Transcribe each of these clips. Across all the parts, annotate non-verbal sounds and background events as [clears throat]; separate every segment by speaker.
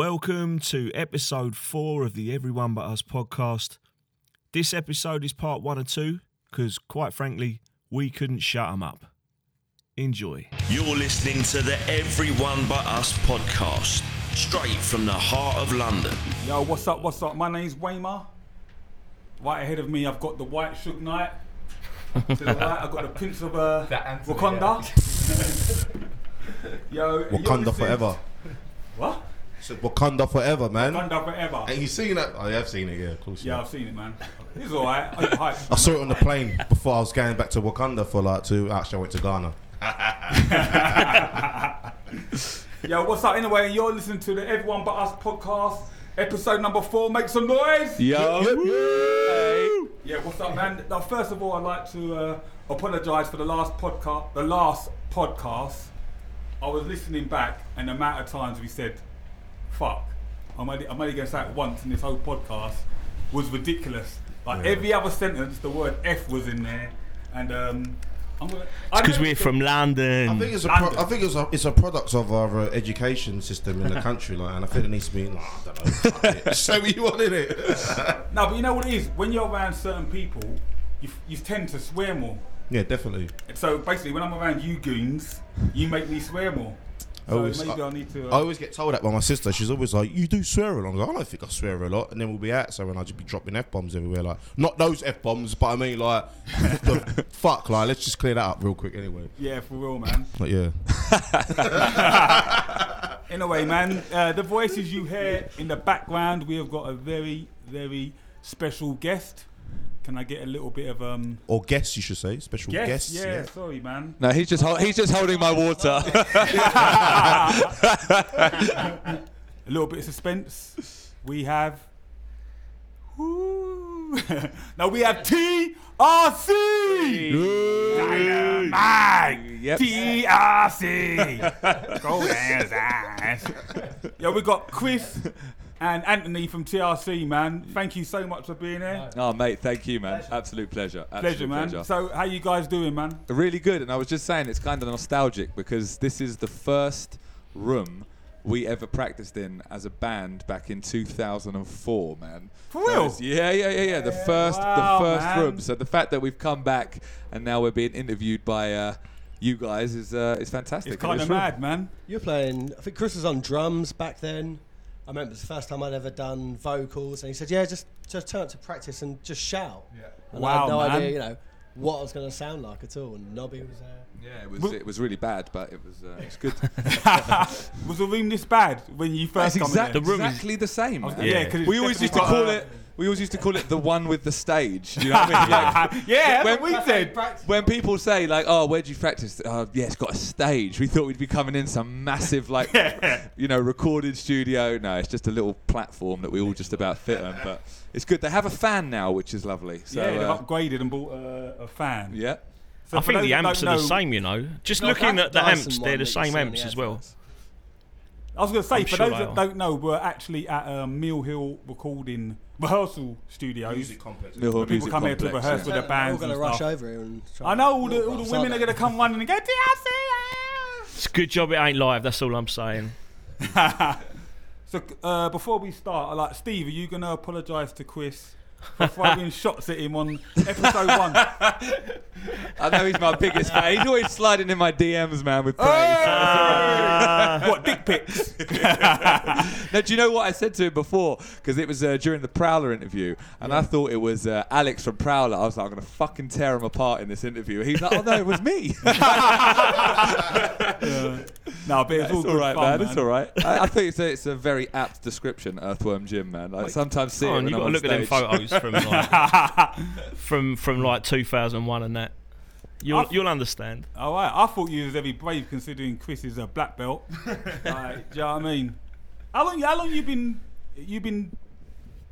Speaker 1: Welcome to episode four of the Everyone But Us podcast. This episode is part one and two because, quite frankly, we couldn't shut them up. Enjoy.
Speaker 2: You're listening to the Everyone But Us podcast, straight from the heart of London.
Speaker 3: Yo, what's up? What's up? My name's Waymar. Right ahead of me, I've got the White Shook Knight. to the right, I've got the Prince of uh,
Speaker 4: [laughs] That Anthony,
Speaker 3: Wakanda. [laughs] Yo, you're
Speaker 5: Wakanda
Speaker 3: listening-
Speaker 5: forever.
Speaker 3: [laughs] What?
Speaker 5: So Wakanda forever, man.
Speaker 3: Wakanda forever.
Speaker 5: And you seen that? I have seen it. Yeah, of course. you
Speaker 3: Yeah,
Speaker 5: have.
Speaker 3: I've seen it, man. It's alright. I'm
Speaker 5: I
Speaker 3: hyped.
Speaker 5: saw it on the plane before I was going back to Wakanda for like two. Actually, I went to Ghana.
Speaker 3: Yo, what's up? Anyway, you're listening to the Everyone But Us podcast, episode number four. Make some noise. Yeah, what's up, man? Now, first of all, I'd like to uh, apologise for the last podcast. The last podcast, I was listening back, and the amount of times we said, "Fuck," I'm only, I'm only going to say it once in this whole podcast was ridiculous. Like every other sentence, the word "f" was in there, and um, I'm gonna
Speaker 1: Because we're from London.
Speaker 5: I think it's a.
Speaker 3: London.
Speaker 5: Pro- I think it's a. It's a product of our uh, education system [laughs] in the country, like, and I think it needs to be. Like, I don't know. fuck it. [laughs] Say what you want in it.
Speaker 3: No, but you know what it is? When you're around certain people, you, f- you tend to swear more.
Speaker 5: yeah, definitely.
Speaker 3: So basically, when I'm around you goons, you make me swear more.
Speaker 5: I
Speaker 3: So
Speaker 5: always-
Speaker 3: maybe I,
Speaker 5: I- Oh.
Speaker 3: need to. uh,
Speaker 5: I always get told that by my sister. She's always like, "You do swear a lot." I'm like, I don't think I swear a lot, and then we'll be out. So when I just be dropping f bombs everywhere, like not those f bombs, but I mean like, [laughs] the fuck, like let's just clear that up real quick anyway.
Speaker 3: yeah, for real, man.
Speaker 5: But yeah,
Speaker 3: Anyway, man, uh, the voices you hear in the background, we have got a very, very special guest. Can I get a little bit of um?
Speaker 5: or guests you should say, special
Speaker 3: Yes,
Speaker 5: guests.
Speaker 3: yeah, Sorry, man.
Speaker 4: No, he's just hol- he's just holding my water.
Speaker 3: [laughs]
Speaker 4: [laughs]
Speaker 3: A little bit of suspense. We have. Woo. [laughs] now we have TRC. Dynamite.
Speaker 4: Yep. [laughs]
Speaker 3: TRC. Go dance, ass. Yo, we got Chris and Anthony from TRC, man. Thank you so much for being here.
Speaker 4: oh, mate, thank you, man. Absolute pleasure. Absolute
Speaker 3: Pleasure, man. So, how you guys doing, man?
Speaker 4: really good. And I was just saying, it's kind of nostalgic because this is the first room we ever practiced in as a band back in 2004, man.
Speaker 3: For
Speaker 4: That
Speaker 3: real?
Speaker 4: was- yeah, yeah, yeah, yeah. The first,
Speaker 3: Wow,
Speaker 4: the first
Speaker 3: man.
Speaker 4: room. So the fact that we've come back and now we're being interviewed by uh, you guys is uh, is fantastic.
Speaker 3: It's
Speaker 4: And
Speaker 3: kind of
Speaker 4: real.
Speaker 3: mad, man.
Speaker 6: You're playing. I think Chris was on drums back then. I remember it was the first time I'd ever done vocals, and he said, "Yeah, just just turn up to practice and just shout." Yeah. And I
Speaker 3: Wow,
Speaker 6: had no
Speaker 3: man.
Speaker 6: idea, you know, what I was going to sound like at all. And Nobby was there.
Speaker 4: Yeah, it was it was really bad, but it was uh, it's [laughs]
Speaker 3: [laughs]
Speaker 4: good.
Speaker 3: Was the room this bad when you first
Speaker 4: That's
Speaker 3: come
Speaker 4: exact,
Speaker 3: in?
Speaker 1: The room is-
Speaker 4: exactly the same.
Speaker 3: was-
Speaker 4: man.
Speaker 3: yeah, 'cause it's
Speaker 4: we always used to
Speaker 3: definitely
Speaker 4: call
Speaker 3: got uh, a-
Speaker 4: it. We always used to call it the one with the stage. Do you know what
Speaker 3: [laughs]
Speaker 4: I mean? [laughs] Like,
Speaker 3: there? [laughs] yeah, that's
Speaker 4: When-
Speaker 3: what we said.
Speaker 4: when people say like, "Oh, where'd you practice?" Oh, yeah, it's got a stage. We thought we'd be coming in some
Speaker 3: [laughs]
Speaker 4: massive like, you know, recorded studio. No, it's just a little platform that we all just about fit on. But it's good. They have a fan now, which is lovely. So
Speaker 3: yeah, they've
Speaker 4: uh,
Speaker 3: upgraded and bought uh, a fan.
Speaker 4: yeah.
Speaker 3: So
Speaker 1: I
Speaker 3: for
Speaker 1: think
Speaker 3: those
Speaker 1: the
Speaker 3: that
Speaker 1: amps are
Speaker 3: don't
Speaker 1: the
Speaker 3: know-
Speaker 1: same, you know. Just
Speaker 6: No,
Speaker 1: looking
Speaker 6: that
Speaker 1: at the
Speaker 6: Dyson
Speaker 1: amps,
Speaker 6: one
Speaker 1: they're
Speaker 6: that
Speaker 1: the
Speaker 6: you
Speaker 1: same
Speaker 6: saw in
Speaker 1: amps
Speaker 6: the
Speaker 1: as well.
Speaker 6: adverts.
Speaker 3: I was going to say,
Speaker 1: I'm
Speaker 3: for
Speaker 1: sure
Speaker 3: those
Speaker 1: they
Speaker 3: that
Speaker 1: are.
Speaker 3: don't know, we're actually at um, Mill Hill Recording [laughs] Rehersal Studios.
Speaker 5: complex.
Speaker 4: Mill Hill
Speaker 3: People
Speaker 4: Music
Speaker 3: come here to
Speaker 4: Complex,
Speaker 3: rehearse with the
Speaker 4: yeah.
Speaker 6: They're all
Speaker 3: bands
Speaker 6: gonna
Speaker 3: and
Speaker 6: rush
Speaker 3: stuff.
Speaker 6: over here and. Try
Speaker 3: I know all the,
Speaker 6: and-
Speaker 3: all the women are
Speaker 6: Well, Sunday.
Speaker 3: going to come running and go,
Speaker 4: [laughs]
Speaker 3: TRC!
Speaker 1: It's a good job it ain't live, that's all I'm saying.
Speaker 3: So uh, before we start, I like Steve, are you gonna apologise to Chris for
Speaker 4: [laughs]
Speaker 3: firing shots at him on episode one?
Speaker 4: I know he's my biggest fan. He's always sliding in my DMs, man, with praise.
Speaker 3: what dick pics?
Speaker 4: [laughs] Now, do you know what I said to him before? Because it was uh, during the Prowler interview, and I thought it was uh, Alex from Prowler. I was like, I'm going to fucking tear him apart in this interview. He's like, oh, no, it was
Speaker 1: [laughs]
Speaker 4: me. [laughs]
Speaker 3: No, but it's all,
Speaker 4: it's
Speaker 3: good
Speaker 4: all right,
Speaker 3: fun,
Speaker 4: man. It's all right. I, I think it's a, it's a very apt description, Earthworm Jim, man. I sometimes see
Speaker 1: Come
Speaker 4: it
Speaker 1: on,
Speaker 4: when
Speaker 1: Oh, you've
Speaker 4: I'm
Speaker 1: got to
Speaker 4: on
Speaker 1: look at them
Speaker 4: stage.
Speaker 1: photos from like, from, from like 2001 and that. You'll,
Speaker 3: I've-
Speaker 1: you'll understand.
Speaker 3: All right, I thought you was very brave considering Chris is a black belt. like, do you know what I mean? How long? How long you been? You been?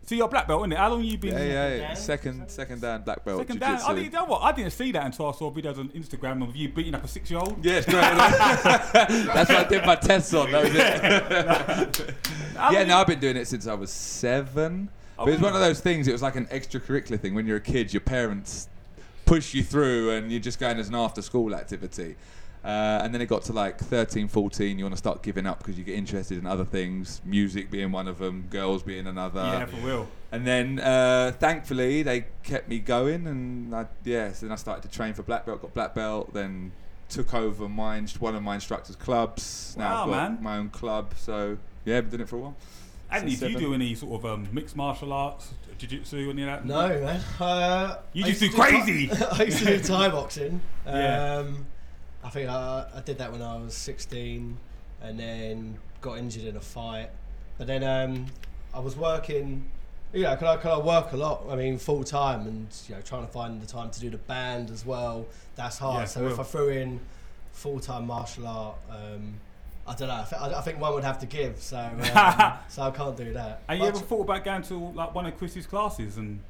Speaker 3: See, your black belt, innit? How long you been?
Speaker 4: Yeah, yeah, yeah. Second, second down black belt.
Speaker 3: Second down. I
Speaker 4: jiu-jitsu.
Speaker 3: didn't, you know what? I didn't see that until I saw videos on Instagram of you beating up a six-year-old.
Speaker 4: Yeah, straight away. [laughs] That's what I did my tests on. That was it.
Speaker 3: [laughs]
Speaker 4: yeah, no, I've been doing it since I was seven. but it was one of those things. It was like an extracurricular thing. When you're a kid, your parents push you through, and you're just going as an after-school activity. Uh, and then it got to like 13, 14, you want to start giving up because you get interested in other things, music being one of them, girls being another.
Speaker 3: yeah, for real.
Speaker 4: And then, uh, thankfully, they kept me going, and I, yeah, so then I started to train for black belt. Got black belt, then took over my inst- one of my instructors' clubs. now I've
Speaker 3: Wow,
Speaker 4: got
Speaker 3: man.
Speaker 4: my own club, so yeah, been doing it for a while.
Speaker 3: Andy,
Speaker 4: Since
Speaker 3: do you
Speaker 4: seven.
Speaker 3: do any sort of um, mixed martial arts, jiu-jitsu, any of that?
Speaker 6: No, man. Uh,
Speaker 3: You
Speaker 6: I
Speaker 3: just
Speaker 6: used
Speaker 3: do
Speaker 6: to
Speaker 3: crazy.
Speaker 6: Thai- [laughs] I used
Speaker 3: [laughs]
Speaker 6: to do Thai boxing. Um,
Speaker 3: Yeah.
Speaker 6: I think I, I did that when I was 16 and then got injured in a fight. But then um, I was working, you know, could I, could I work a lot? I mean, full time and, you know, trying to find the time to do the band as well. That's hard.
Speaker 3: Yeah,
Speaker 6: so
Speaker 3: for
Speaker 6: if
Speaker 3: real.
Speaker 6: I threw in full time martial art, um, I don't know. I, thi- I, I think one would have to give, so
Speaker 3: [laughs]
Speaker 6: um, so I can't do that.
Speaker 3: Have
Speaker 6: But
Speaker 3: you
Speaker 6: I
Speaker 3: ever
Speaker 6: tr-
Speaker 3: thought about going to like one of Chris's classes and?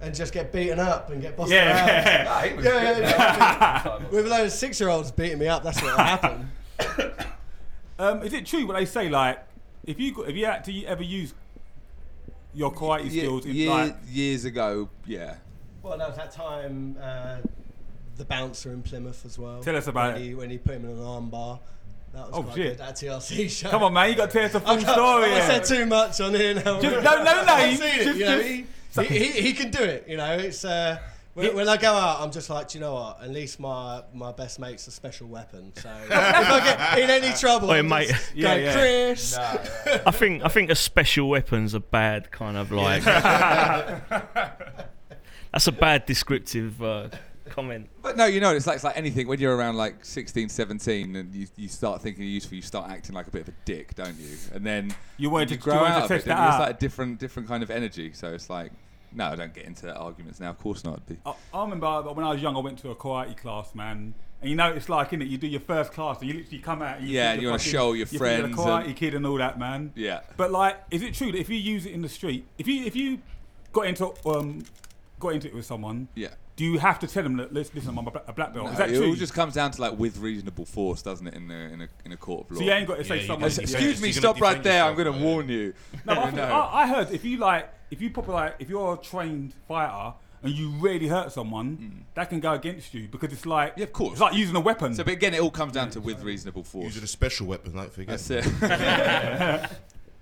Speaker 6: and just get beaten up and get busted
Speaker 3: [laughs]
Speaker 6: around.
Speaker 3: Yeah,
Speaker 7: Nah, he was
Speaker 6: Yeah,
Speaker 7: good,
Speaker 6: yeah,
Speaker 7: man.
Speaker 6: yeah.
Speaker 7: Time off.
Speaker 6: With those six-year-olds beating me up, that's what happened.
Speaker 3: um, is it true what they say? Like, if you got- if you had to ever use your karate
Speaker 4: Ye-
Speaker 3: skills, in,
Speaker 4: ye-
Speaker 3: like,
Speaker 4: years ago, yeah.
Speaker 6: [laughs] Well, that was that time uh, the bouncer in Plymouth as well.
Speaker 3: Tell us about
Speaker 6: when
Speaker 3: it.
Speaker 6: He, when he put him in an armbar, that was
Speaker 3: Oh,
Speaker 6: quite
Speaker 3: shit.
Speaker 6: good. That TLC [laughs] show.
Speaker 3: come on, man, you got to tell us the
Speaker 6: I
Speaker 3: full
Speaker 6: can't-
Speaker 3: story.
Speaker 6: Oh, I
Speaker 3: yeah.
Speaker 6: said too much on here now.
Speaker 3: Just- no, no, no,
Speaker 6: [laughs] I've
Speaker 3: you-
Speaker 6: seen it.
Speaker 3: just-
Speaker 6: You know,
Speaker 3: just-
Speaker 6: he, he, he, he can do it. You know, it's. Uh, when, when I go out, I'm just like, do you know what? At least my, my best mate's a special weapon.
Speaker 3: [laughs]
Speaker 6: So if I get in any trouble,
Speaker 1: Oi,
Speaker 6: I'm
Speaker 1: mate.
Speaker 6: just
Speaker 3: Yeah,
Speaker 6: go,
Speaker 3: yeah.
Speaker 6: Chris.
Speaker 7: Nah, yeah.
Speaker 1: I think I think a special weapon's a bad kind of like. [laughs] that's a bad descriptive uh, comment.
Speaker 4: But no, you know, it's like it's like anything. When you're around like 16, 17, and you, you start thinking you're useful, you start acting like a bit of a dick, don't you? And then
Speaker 3: You wanted to-
Speaker 4: grow
Speaker 3: you wanted to
Speaker 4: out of it.
Speaker 3: test
Speaker 4: don't
Speaker 3: that
Speaker 4: you? It's
Speaker 3: out.
Speaker 4: like a different different kind of energy. So it's like, no, I don't get into arguments now. Of course not. It'd be-
Speaker 3: I, I remember when I was young, I went to a karate class, man. And you know, it's like, innit? You do your first class and you literally come out and you
Speaker 4: Yeah,
Speaker 3: think
Speaker 4: and
Speaker 3: you're
Speaker 4: you wanna
Speaker 3: fucking-
Speaker 4: show your
Speaker 3: you think you're the
Speaker 4: friends
Speaker 3: karate
Speaker 4: and-
Speaker 3: kid and all that, man.
Speaker 4: Yeah.
Speaker 3: But like, is it true that if you use it in the street, if you if you got into um got into it with someone,
Speaker 4: Yeah.
Speaker 3: do you have to tell them that listen, listen I'm a bla- a black belt? is
Speaker 4: No,
Speaker 3: that
Speaker 4: it all
Speaker 3: true?
Speaker 4: just comes down to like with reasonable force, doesn't it? In a in a, in a court of law.
Speaker 3: so you ain't got to say
Speaker 8: Yeah, you
Speaker 3: someone.
Speaker 8: gotta defend
Speaker 4: Excuse me,
Speaker 8: You're
Speaker 4: stop
Speaker 8: gonna
Speaker 4: right
Speaker 8: defend
Speaker 4: there. I'm
Speaker 8: yourself,
Speaker 4: going to
Speaker 8: yeah.
Speaker 4: warn you. [laughs]
Speaker 3: No, I, think, I, I heard if you like, if you proper like, if you're a trained fighter and you really hurt someone, that can go against you because it's like,
Speaker 4: Hmm. Yeah, of course.
Speaker 3: it's like using a weapon.
Speaker 4: So, but again, it all comes down to with reasonable force.
Speaker 5: Using a special weapon, don't forget.
Speaker 4: That's it.
Speaker 3: [laughs]
Speaker 4: [laughs]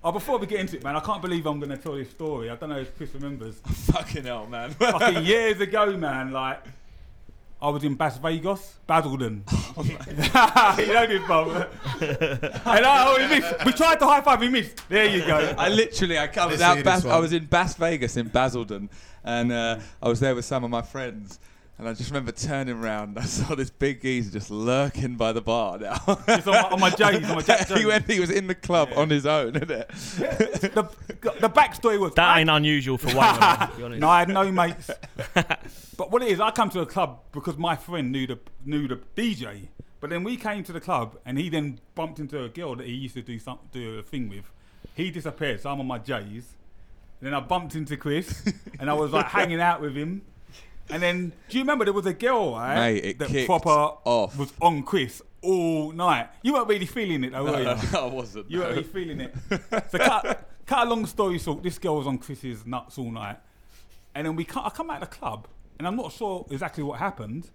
Speaker 3: Oh, before we get into it, man, I can't believe I'm going to tell this story. I don't know if Chris remembers.
Speaker 4: Fucking hell, man.
Speaker 3: Fucking years ago, man, like, I was in Las Vegas,
Speaker 4: [laughs]
Speaker 3: Basildon. [laughs] you know this, bro. and I always missed. We tried to high five, we missed. There you go.
Speaker 4: I literally, I, I was
Speaker 5: Let's
Speaker 4: out.
Speaker 5: hear
Speaker 4: Bas-
Speaker 5: this
Speaker 4: I
Speaker 5: one.
Speaker 4: was in Bas Vegas in Basildon, and uh, I was there with some of my friends. And I just remember turning round, and I saw this big geezer just lurking by the bar. Now
Speaker 3: It's on my, on my
Speaker 4: [laughs]
Speaker 3: J's, on my Jack
Speaker 4: he
Speaker 3: Jones.
Speaker 4: went, he was in the club on his own, isn't it?
Speaker 3: the, the backstory was
Speaker 1: That
Speaker 3: I-
Speaker 1: ain't unusual for Wayne. to be honest.
Speaker 3: No, I had no mates. but what it is, I come to the club because my friend knew the knew the DJ. But then we came to the club, and he then bumped into a girl that he used to do some do a thing with. He disappeared, so I'm on my J's. And then I bumped into Chris, and I was like hanging out with him. And then, do you remember there was a girl, right?
Speaker 4: Mate, it
Speaker 3: that
Speaker 4: kicked
Speaker 3: proper
Speaker 4: off.
Speaker 3: was on Chris all night. You weren't really feeling it, though, were
Speaker 4: [laughs]
Speaker 3: you?
Speaker 4: I wasn't.
Speaker 3: You weren't really feeling it. So cut, cut a long story short, this girl was on Chris's nuts all night. And then we cut, I come out of the club, and I'm not sure exactly what happened,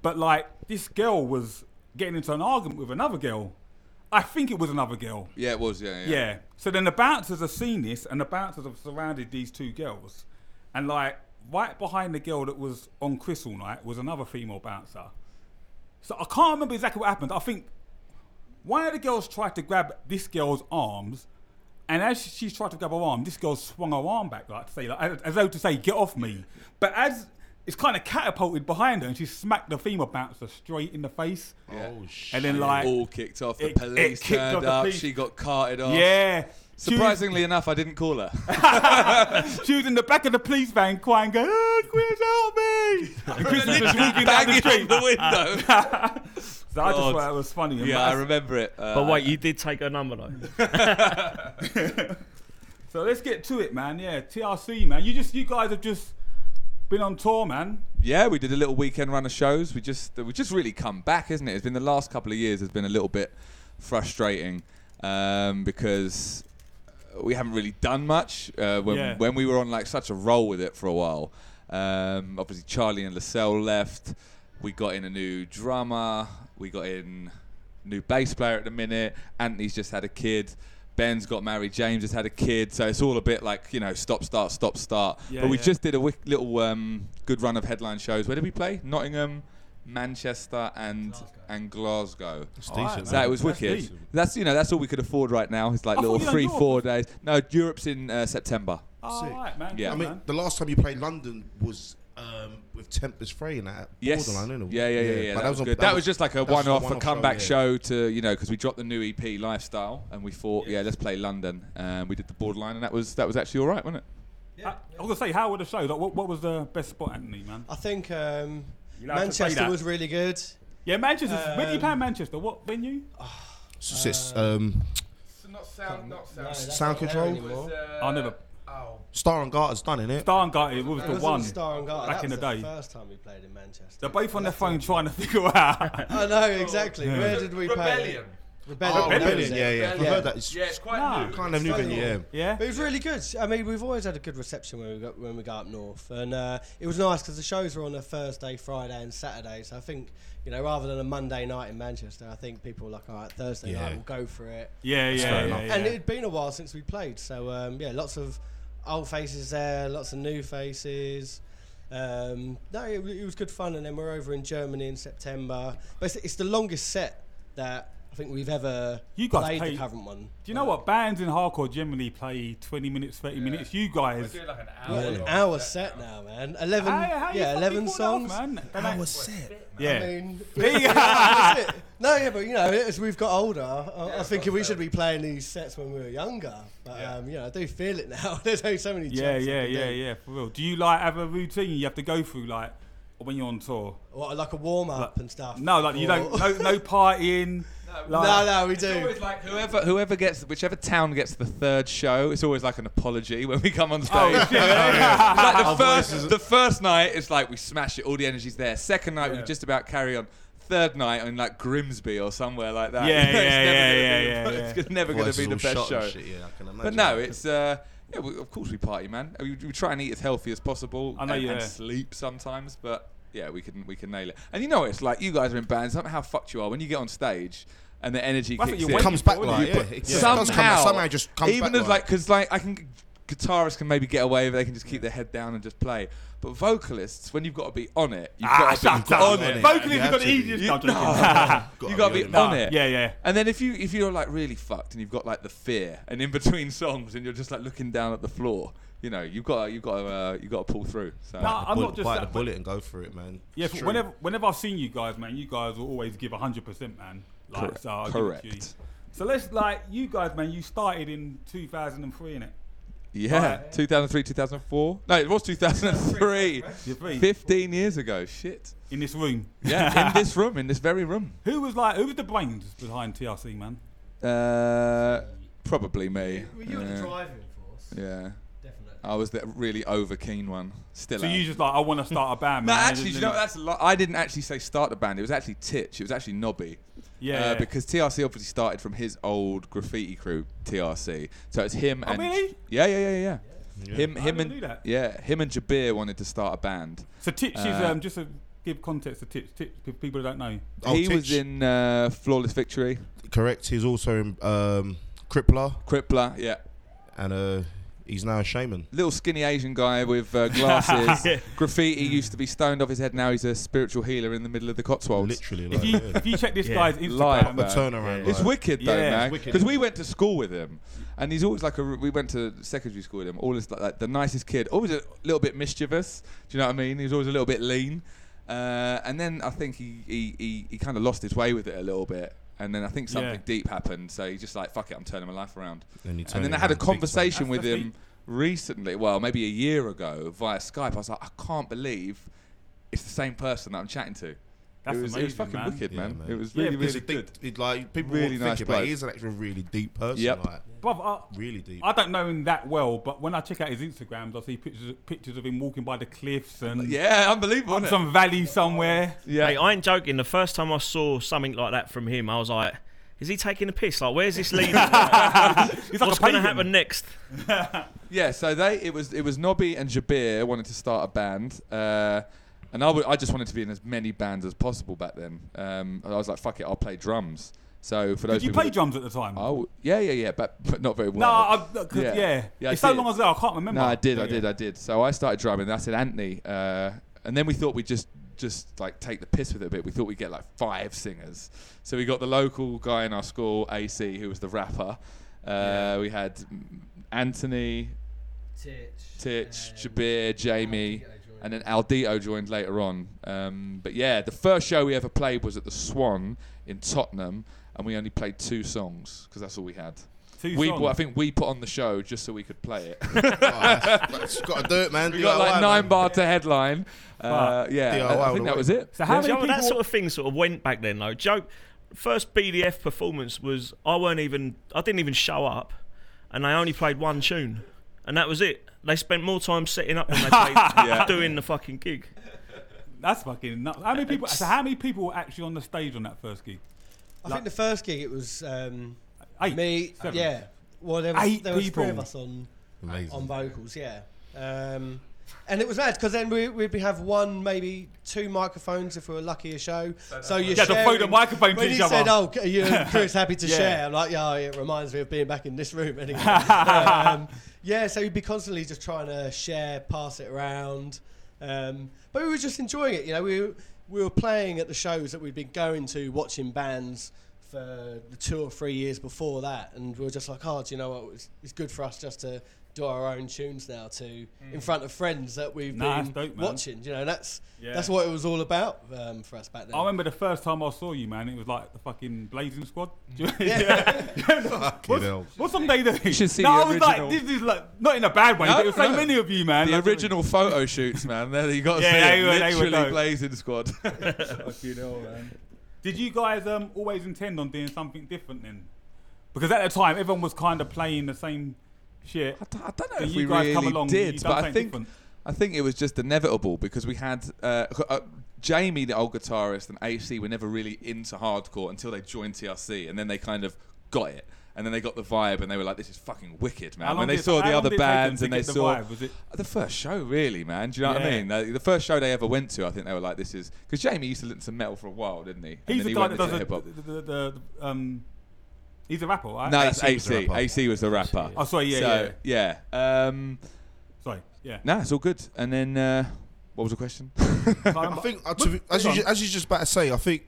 Speaker 3: but like this girl was getting into an argument with another girl. I think it was another girl.
Speaker 4: Yeah, it was. Yeah, yeah.
Speaker 3: Yeah. So then the bouncers have seen this, and the bouncers have surrounded these two girls, and like right behind the girl that was on Chris all night was another female bouncer. So I can't remember exactly what happened. I think one of the girls tried to grab this girl's arms, and as she tried to grab her arm, this girl swung her arm back, like to say, like, as, as though to say, "Get off me!" But as it's kind of catapulted behind her, and she smacked the female bouncer straight in the face,
Speaker 4: Oh,
Speaker 3: and then like,
Speaker 4: all kicked off. The
Speaker 3: It- it
Speaker 4: police
Speaker 3: kicked
Speaker 4: turned
Speaker 3: off the
Speaker 4: up.
Speaker 3: police.
Speaker 4: She got carted off.
Speaker 3: yeah. She was-
Speaker 4: Surprisingly enough, I didn't call her.
Speaker 3: [laughs] She was in the back of the police van crying, going, oh, Chris,
Speaker 4: [laughs]
Speaker 3: help me! And Chris was just walking down the
Speaker 4: Banging on
Speaker 3: street.
Speaker 4: the window.
Speaker 3: [laughs] So I just
Speaker 4: God.
Speaker 3: thought it was funny.
Speaker 4: yeah, I remember it. Uh,
Speaker 1: But wait, you did take her number though.
Speaker 3: so let's get to it, man. Yeah, TRC, man. You just, you guys have just been on tour, man.
Speaker 4: Yeah, we did a little weekend run of shows. We just we just really come back, isn't it? It's been the last couple of years has been a little bit frustrating um, because we haven't really done much uh, when
Speaker 3: Yeah.
Speaker 4: when we were on like such a roll with it for a while. Um, obviously, Charlie and Lascelles left. We got in a new drummer. We got in new bass player at the minute. Anthony's just had a kid. Ben's got married. James has had a kid. So it's all a bit like you know, stop, start, stop, start.
Speaker 3: Yeah,
Speaker 4: but we
Speaker 3: yeah.
Speaker 4: just did a wick- little um, good run of headline shows. Where did we play? Nottingham, Manchester, and and Glasgow.
Speaker 5: decent.
Speaker 4: So it
Speaker 3: That's
Speaker 4: was wicked.
Speaker 3: deep.
Speaker 4: That's you know that's all we could afford right now. It's like
Speaker 3: I
Speaker 4: little
Speaker 3: thought you were
Speaker 4: three
Speaker 3: in Europe.
Speaker 4: four days. No, Europe's in uh, September.
Speaker 3: All
Speaker 5: Sick.
Speaker 3: right, man.
Speaker 4: Yeah.
Speaker 5: I
Speaker 3: Good,
Speaker 5: mean,
Speaker 3: man.
Speaker 5: the last time you played London was um, with Tempest Frey and that.
Speaker 4: Yes.
Speaker 5: Borderline, innit?
Speaker 4: yeah, yeah, yeah, yeah.
Speaker 5: But
Speaker 4: That, was
Speaker 5: on-
Speaker 4: good. That was just like a
Speaker 5: that was
Speaker 4: one
Speaker 5: a
Speaker 4: off, a
Speaker 5: one-off
Speaker 4: comeback
Speaker 5: yeah.
Speaker 4: show, to you know because we dropped the new EP Lifestyle and we thought yeah, let's play London. Um, we did the borderline and that was that was actually all right, wasn't it?
Speaker 3: I, I was gonna say, how were the shows? Like, what, what was the best spot, Anthony, man?
Speaker 6: I think um,
Speaker 3: allowed to say
Speaker 6: Manchester
Speaker 3: that?
Speaker 6: was really good.
Speaker 3: Yeah, Manchester. when did you play
Speaker 6: Um,
Speaker 3: Manchester? What venue?
Speaker 5: So it's, um,
Speaker 7: Not sound, not
Speaker 6: No,
Speaker 7: sound.
Speaker 6: that's
Speaker 5: Sound
Speaker 6: not there
Speaker 5: Control?
Speaker 6: anymore.
Speaker 7: Uh,
Speaker 3: I never.
Speaker 7: oh,
Speaker 5: Star and Garter's done, innit?
Speaker 3: Star and Garter was
Speaker 6: That
Speaker 3: the
Speaker 6: was
Speaker 3: one.
Speaker 6: all Star and Garter.
Speaker 3: back
Speaker 6: That
Speaker 3: in
Speaker 6: was
Speaker 3: the day.
Speaker 6: First time we played in Manchester.
Speaker 3: They're both on their phone trying to figure out. [laughs]
Speaker 6: I know exactly.
Speaker 3: Oh.
Speaker 6: Where did we play?
Speaker 7: Rebellion.
Speaker 6: Rebellion.
Speaker 5: Oh,
Speaker 6: that was
Speaker 5: Rebellion,
Speaker 6: it.
Speaker 5: yeah, yeah. I've
Speaker 6: Yeah.
Speaker 5: heard that. It's
Speaker 7: Yeah, it's quite
Speaker 3: Nah.
Speaker 7: new.
Speaker 5: kind of new venue, yeah.
Speaker 3: yeah.
Speaker 6: But it was really good. I mean, we've always had a good reception when we go, when we go up north, and uh, it was nice because the shows were on a Thursday, Friday, and Saturday. So I think you know, rather than a Monday night in Manchester, I think people were like, all right, Thursday
Speaker 5: Yeah.
Speaker 6: night, we'll go for it.
Speaker 3: Yeah, yeah,
Speaker 5: fair
Speaker 3: yeah,
Speaker 5: enough.
Speaker 3: yeah.
Speaker 6: And it had been a while since we played, so um, yeah, lots of old faces there, lots of new faces. Um, no, it, w- it was good fun, and then we're over in Germany in September. But it's, it's the longest set that I think we've ever
Speaker 3: You guys
Speaker 6: played,
Speaker 3: played-
Speaker 6: the current one.
Speaker 3: Do you know what bands in hardcore generally play 20 minutes, 30 minutes? You guys,
Speaker 7: Doing like an
Speaker 6: We're
Speaker 7: hour.
Speaker 6: at an
Speaker 7: long
Speaker 6: hour
Speaker 7: set
Speaker 6: set now, man. Eleven,
Speaker 3: How- how you
Speaker 6: yeah,
Speaker 3: fucking
Speaker 6: eleven
Speaker 3: pull that off,
Speaker 6: songs.
Speaker 3: man. Don't I-
Speaker 5: set.
Speaker 3: Yeah. [laughs]
Speaker 6: I mean, [laughs]
Speaker 3: Yeah. [laughs]
Speaker 6: that's it. No, yeah, but you know, as we've got older, I, I was thinking we should be playing these sets when we were younger. But um, you know, I do feel it now. [laughs] There's only so many.
Speaker 3: yeah,
Speaker 6: jumps I
Speaker 3: yeah,
Speaker 6: can
Speaker 3: yeah,
Speaker 6: do.
Speaker 3: yeah, for real. Do you like have a routine you have to go through, like when you're on tour?
Speaker 6: What, like a warm up
Speaker 3: Like-
Speaker 6: and stuff.
Speaker 3: No, like you
Speaker 6: Or-
Speaker 3: don't, no, no partying. [laughs]
Speaker 6: no, no, we
Speaker 7: It's
Speaker 6: do.
Speaker 7: always like whoever.
Speaker 4: Whoever whoever gets whichever town gets the third show, it's always like an apology when we come on stage. [laughs]
Speaker 3: Oh, shit.
Speaker 4: It's
Speaker 3: [laughs]
Speaker 4: like the first the first night it's like we smash it all the energy's there second night
Speaker 3: Yeah.
Speaker 4: we just about carry on third night in like grimsby or somewhere like that
Speaker 3: Yeah,
Speaker 4: You know, [laughs] it's
Speaker 3: yeah,
Speaker 4: never
Speaker 3: yeah,
Speaker 4: gonna
Speaker 3: yeah,
Speaker 4: be-
Speaker 3: yeah, yeah.
Speaker 4: [laughs] it's never going to be the best show
Speaker 5: yeah, I can imagine.
Speaker 4: but no it's uh yeah, we, of course we party man we, we try and eat as healthy as possible
Speaker 3: I know
Speaker 4: and,
Speaker 3: you-
Speaker 4: and
Speaker 3: yeah.
Speaker 4: sleep sometimes but yeah we can we can nail it and you know what it's like you guys are in bands somehow fucked you are when you get on stage and the energy
Speaker 3: That's what
Speaker 4: kicks
Speaker 3: you
Speaker 4: in
Speaker 5: it
Speaker 3: wait
Speaker 5: comes
Speaker 3: for,
Speaker 5: back
Speaker 3: isn't it?
Speaker 5: like yeah.
Speaker 3: But
Speaker 5: it- yeah. it
Speaker 4: somehow,
Speaker 5: does come back, somehow it just comes
Speaker 4: even
Speaker 5: back
Speaker 4: as like because like I can guitarists can maybe get away if they can just keep their head down and just play, but vocalists when you've got to be on it, you've
Speaker 3: Ah,
Speaker 4: got to
Speaker 3: shut
Speaker 4: be
Speaker 3: up.
Speaker 4: on
Speaker 5: man.
Speaker 4: it.
Speaker 3: Vocally,
Speaker 5: You
Speaker 3: you've got
Speaker 5: have
Speaker 3: the
Speaker 5: to.
Speaker 3: easiest.
Speaker 4: You-
Speaker 3: No, I'm joking. [laughs]
Speaker 4: you got to be
Speaker 5: on it.
Speaker 3: Nah,
Speaker 4: on it.
Speaker 3: yeah, yeah.
Speaker 4: And then if you if you're like really fucked and you've got like the fear and in between [laughs] songs and you're just like looking down at the floor, you know you've got you've got to, uh, you've got to pull through. So
Speaker 3: No, I'm
Speaker 5: Bull-
Speaker 3: not just
Speaker 5: bite
Speaker 3: that,
Speaker 5: the bullet and go for it, man.
Speaker 3: Yeah,
Speaker 5: It's
Speaker 3: but
Speaker 5: true.
Speaker 3: whenever whenever I've seen you guys, man, you guys will always give hundred percent, man. Like,
Speaker 4: Correct.
Speaker 3: So I'll give it to you.
Speaker 4: Correct.
Speaker 3: So let's like you guys, man. You started in two thousand and three, innit?
Speaker 4: yeah, 2003, 2004. No, it was 2003.
Speaker 3: [laughs] You're three
Speaker 4: 15 years
Speaker 3: [laughs]
Speaker 4: ago. Shit.
Speaker 3: in this room.
Speaker 4: Yeah, in this room, in this very room.
Speaker 3: Who was like who was the brains behind TRC, man?
Speaker 4: Uh, probably me.
Speaker 6: Were you
Speaker 4: yeah.
Speaker 6: the driving force?
Speaker 4: Yeah.
Speaker 6: Definitely.
Speaker 4: I was the really over keen one. Still.
Speaker 3: So
Speaker 4: am.
Speaker 3: you just like I want to start a band,
Speaker 4: [laughs] no,
Speaker 3: man.
Speaker 4: actually,
Speaker 3: And
Speaker 4: you
Speaker 3: then,
Speaker 4: know
Speaker 3: like-
Speaker 4: that's. A lot. I didn't actually say start the band. It was actually Titch. It was actually Nobby.
Speaker 3: Yeah,
Speaker 4: Uh,
Speaker 3: yeah.
Speaker 4: because TRC obviously started from his old graffiti crew, TRC. So it's him and.
Speaker 3: Oh, really?
Speaker 4: Yeah, yeah, yeah, yeah. Him,
Speaker 3: I
Speaker 4: him,
Speaker 3: never
Speaker 4: and
Speaker 3: knew that.
Speaker 4: yeah, him and Jabir wanted to start a band.
Speaker 3: So Titch is
Speaker 4: Uh,
Speaker 3: um, just to give context to Titch. Titch for people who don't know.
Speaker 5: Oh,
Speaker 4: he was
Speaker 5: Titch,
Speaker 4: in uh, Flawless Victory,
Speaker 5: correct. He's also in um, Crippler,
Speaker 4: Crippler, yeah,
Speaker 5: and uh, he's now a shaman.
Speaker 4: little skinny Asian guy
Speaker 3: [laughs]
Speaker 4: with uh, glasses. Graffiti used to be stoned off his head. Now he's a spiritual healer in the middle of the Cotswolds.
Speaker 5: Literally,
Speaker 3: If
Speaker 5: like
Speaker 3: you
Speaker 4: [laughs]
Speaker 5: yeah.
Speaker 3: if you check this
Speaker 1: Yeah.
Speaker 3: guy's
Speaker 4: Live,
Speaker 3: Instagram,
Speaker 5: the
Speaker 4: man.
Speaker 5: turnaround.
Speaker 4: It's
Speaker 5: like-
Speaker 4: wicked though,
Speaker 3: Yeah, it's
Speaker 4: man.
Speaker 5: wicked.
Speaker 4: Because we went to school with him, and he's always like a. We went to secondary school with him. Always like, like the nicest kid. Always a little bit mischievous. Do you know what I mean? He was always a little bit lean. Uh, and then I think he he, he, he kind of lost his way with it a little bit. And then I think something
Speaker 3: Yeah.
Speaker 4: deep happened. So he's just like, fuck it, I'm turning my life around.
Speaker 5: Then you turn
Speaker 4: and then
Speaker 5: it
Speaker 4: I had a
Speaker 5: around big time.
Speaker 4: conversation with
Speaker 3: That's the
Speaker 4: him recently. Well, maybe a year ago via Skype. I was like, I can't believe it's the same person that I'm chatting to.
Speaker 3: That's
Speaker 4: it was, it was
Speaker 3: amazing,
Speaker 4: fucking
Speaker 3: man.
Speaker 4: wicked,
Speaker 5: Yeah,
Speaker 4: man.
Speaker 5: man.
Speaker 4: It was
Speaker 3: Yeah,
Speaker 4: really,
Speaker 5: He's
Speaker 4: really
Speaker 5: a
Speaker 4: good.
Speaker 3: [laughs]
Speaker 5: deep, he's like people
Speaker 4: Really
Speaker 5: really
Speaker 4: nice
Speaker 5: nice about.
Speaker 4: bloke.
Speaker 5: it. He's an actual really deep person.
Speaker 4: Yep.
Speaker 5: Like,
Speaker 3: brother. I,
Speaker 5: really
Speaker 4: [laughs]
Speaker 5: deep. Oh,
Speaker 3: I don't know him that well, but when I check out his Instagrams, I see pictures pictures of him walking by the cliffs and
Speaker 4: Yeah, unbelievable.
Speaker 3: up
Speaker 4: is
Speaker 3: some valley somewhere.
Speaker 4: Yeah.
Speaker 1: Hey, I ain't joking. The first time I saw something like that from him, I was like, "Is he taking a piss? Like, where's this [laughs] leading?
Speaker 3: He's like
Speaker 1: What's
Speaker 3: a
Speaker 1: going to
Speaker 3: pagan.
Speaker 1: happen next?"
Speaker 4: Yeah, so they it was it was Nobby and Jabir wanted to start a band, uh, And I, w- I just wanted to be in as many bands as possible back then. Um, and I was like, fuck it, I'll play drums. So for those
Speaker 3: Did you
Speaker 4: people
Speaker 3: play
Speaker 4: that-
Speaker 3: drums at the time?
Speaker 4: I w- yeah, yeah, yeah, but, but not very well.
Speaker 3: no, I, I- 'cause, yeah.
Speaker 4: I
Speaker 3: It's so
Speaker 4: did.
Speaker 3: long ago, I can't remember.
Speaker 4: No, I did,
Speaker 3: Yeah,
Speaker 4: I did,
Speaker 3: yeah.
Speaker 4: I did. So I started drumming. That's it, Anthony. Uh, and then we thought we'd just just like take the piss with it a bit. We thought we'd get like five singers. So we got the local guy in our school, AC, who was the rapper. Uh, We had mm, Anthony, Titch, Jabir, Jamie, and then Aldito joined later on. Um, but yeah, the first show we ever played was at the Swan in Tottenham, and we only played two songs because that's all we had.
Speaker 3: Two
Speaker 4: we,
Speaker 3: songs.
Speaker 4: well, I think we put on the show just so we could play it.
Speaker 5: That's gotta do it, man.
Speaker 4: we got like nine bar to headline. Uh, yeah,
Speaker 5: DIY
Speaker 4: I- I
Speaker 5: all the
Speaker 4: think that
Speaker 5: way.
Speaker 4: was it.
Speaker 3: So how
Speaker 1: Do
Speaker 3: many
Speaker 1: you know
Speaker 3: people?
Speaker 1: what, that sort of thing sort of went back then though. Joe, first BDF performance was I weren't even I didn't even show up, and they only played one tune, and that was it. They spent more time setting up than they played [laughs] doing the fucking gig.
Speaker 3: that's fucking nuts. How many people? So how many people were actually on the stage on that first gig?
Speaker 6: I think the first gig it was um,
Speaker 3: Eight,
Speaker 6: me.
Speaker 3: seven.
Speaker 6: Yeah. Well, there was,
Speaker 3: Eight
Speaker 6: there was three of
Speaker 3: people.
Speaker 6: us on on vocals. Yeah. Um, and it was mad because then we, we'd be- have one, maybe two microphones if we were lucky a show. So you
Speaker 3: Yeah, to throw the microphone to
Speaker 6: When
Speaker 3: each
Speaker 6: you said,
Speaker 3: other.
Speaker 6: "Oh, c- are you
Speaker 3: [laughs]
Speaker 6: Chris happy to
Speaker 3: Yeah.
Speaker 6: share?" I'm like, "Yeah, oh, it reminds me of being back in this
Speaker 3: [laughs]
Speaker 6: room." Anyway, um, yeah. So you'd be constantly just trying to share, pass it around. Um, but we were just enjoying it. You know, we were- we were playing at the shows that we'd been going to, watching bands for the two or three years before that, and we were just like, "Oh, do you know what? It's, it's good for us just to." Do our own tunes now to in front of friends that we've
Speaker 3: Nah,
Speaker 6: been
Speaker 3: that's dope, Hmm. man.
Speaker 6: watching. You know, that's
Speaker 3: Yeah.
Speaker 6: that's what it was all about um, for us back then.
Speaker 3: I remember the first time I saw you, man. It was like the fucking Blazing Squad. [laughs]
Speaker 4: Mm.
Speaker 5: Fucking hell.
Speaker 3: What song they do?
Speaker 4: should see
Speaker 3: no,
Speaker 4: the
Speaker 3: I was like,
Speaker 4: original.
Speaker 3: this is like not in a bad way,
Speaker 4: No,
Speaker 3: but it was so
Speaker 4: no.
Speaker 3: many of you, man.
Speaker 4: The
Speaker 3: Like,
Speaker 4: original photo shoots, man. There you got
Speaker 3: [laughs]
Speaker 4: to
Speaker 3: Yeah,
Speaker 4: see
Speaker 3: they
Speaker 4: it.
Speaker 3: were- they were
Speaker 4: Literally
Speaker 3: dope. [laughs]
Speaker 4: blazing squad.
Speaker 3: Fucking hell, man. Did you guys um, always intend on doing something different then? Because at the time, everyone was kind of playing the same shit.
Speaker 4: I don't, I don't know
Speaker 3: So
Speaker 4: if
Speaker 3: you
Speaker 4: we
Speaker 3: guys
Speaker 4: really
Speaker 3: come along, you
Speaker 4: did,
Speaker 3: done
Speaker 4: but I
Speaker 3: something
Speaker 4: think
Speaker 3: different.
Speaker 4: I think it was just inevitable because we had uh, uh, Jamie, the old guitarist, and AC were never really into hardcore until they joined TRC, and then they kind of got it, and then they got the vibe, and they were like, "This is fucking wicked,
Speaker 3: How
Speaker 4: man."
Speaker 3: long
Speaker 4: When they
Speaker 3: did-
Speaker 4: saw
Speaker 3: how
Speaker 4: the
Speaker 3: long
Speaker 4: other
Speaker 3: did it take them
Speaker 4: bands
Speaker 3: to
Speaker 4: and they
Speaker 3: get the
Speaker 4: saw
Speaker 3: vibe? Was it-
Speaker 4: the first show, really, man. Do you know what I
Speaker 3: Yeah.
Speaker 4: mean? The, the first show they ever went to, I think they were like, "This is," because Jamie used to listen to metal for a while, didn't he? And
Speaker 3: He's
Speaker 4: then
Speaker 3: the
Speaker 4: he
Speaker 3: guy
Speaker 4: went
Speaker 3: that
Speaker 4: into
Speaker 3: does the,
Speaker 4: hip-hop.
Speaker 3: the, the, the, the um, he's a rapper, right?
Speaker 4: No, that's
Speaker 5: AC was the
Speaker 4: AC.
Speaker 5: rapper.
Speaker 4: AC was the rapper.
Speaker 3: Oh, sorry, yeah,
Speaker 4: So, yeah. Um,
Speaker 3: Sorry, yeah.
Speaker 4: No, it's all good. And then, uh, what was the question?
Speaker 5: I think uh, to, be- as, you, ju- as you just about to say, I think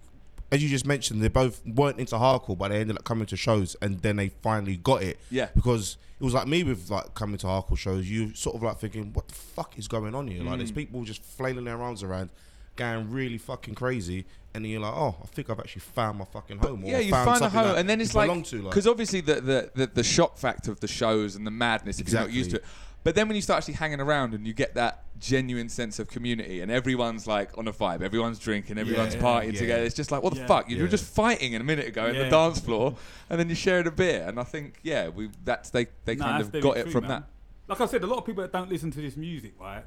Speaker 5: as you just mentioned, they both weren't into hardcore, but they ended up coming to shows, and then they finally got it.
Speaker 4: Yeah.
Speaker 5: because it was like me with like coming to hardcore shows. You sort of like thinking, what the fuck is going on here? Like
Speaker 4: Mm.
Speaker 5: there's people just flailing their arms around, going really fucking crazy, and then you're like, oh, I think I've actually found my fucking home. Or
Speaker 4: yeah, you
Speaker 5: found
Speaker 4: find a
Speaker 5: something
Speaker 4: home,
Speaker 5: that
Speaker 4: and then it's
Speaker 5: you
Speaker 4: like
Speaker 5: belong to, like
Speaker 4: because obviously the, the the the shock factor of the shows and the madness, if you're not used to it.
Speaker 5: Exactly.
Speaker 4: But then when you start actually hanging around and you get that genuine sense of community and everyone's like on a vibe, everyone's drinking, everyone's
Speaker 5: yeah,
Speaker 4: partying
Speaker 5: yeah.
Speaker 4: together. It's just like what the
Speaker 3: Yeah.
Speaker 4: fuck? You were
Speaker 5: Yeah.
Speaker 4: just fighting in a minute ago in
Speaker 3: Yeah.
Speaker 4: the dance floor, and then you shared a beer. And I think yeah, we that's they they
Speaker 3: No,
Speaker 4: kind
Speaker 3: that's
Speaker 4: of
Speaker 3: very
Speaker 4: got it
Speaker 3: true,
Speaker 4: from
Speaker 3: man.
Speaker 4: that.
Speaker 3: Like I said, a lot of people that don't listen to this music, right?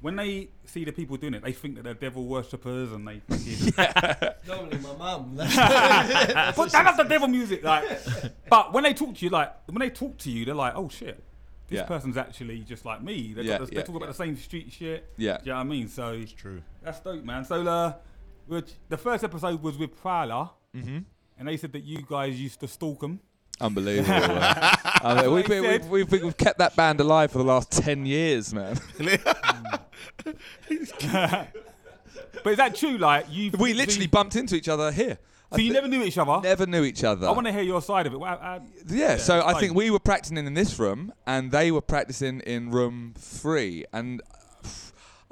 Speaker 3: When they see the people doing it, they think that they're devil worshippers and they.
Speaker 4: [laughs]
Speaker 6: Normally, my mum.
Speaker 3: [laughs]
Speaker 6: That's-
Speaker 3: but that is the devil music, like. But when they talk to you, like when they talk to you, they're like, "Oh shit, this
Speaker 4: Yeah.
Speaker 3: person's actually just like me." They,
Speaker 4: Yeah,
Speaker 3: they, they
Speaker 4: yeah,
Speaker 3: talk about
Speaker 4: yeah.
Speaker 3: the same street shit.
Speaker 4: Yeah.
Speaker 3: do you know what I mean? So
Speaker 5: true.
Speaker 3: that's dope, man. So uh, which, the first episode was with Prowler,
Speaker 4: Mm-hmm.
Speaker 3: and they said that you guys used to stalk them.
Speaker 4: Unbelievable.
Speaker 3: [laughs]
Speaker 4: man. I mean, we've, been, we've, we've, been- we've kept that band alive for the last 10
Speaker 3: [laughs]
Speaker 4: years, man.
Speaker 3: But is that true? Like you,
Speaker 4: We literally
Speaker 3: So
Speaker 4: bumped into each other here.
Speaker 3: you, so you never knew each other.
Speaker 4: never knew each other.
Speaker 3: I want to hear your side of it. Well, I-
Speaker 4: yeah, so I
Speaker 3: fine.
Speaker 4: think we were practicing in this room and they were practicing in room three. And uh,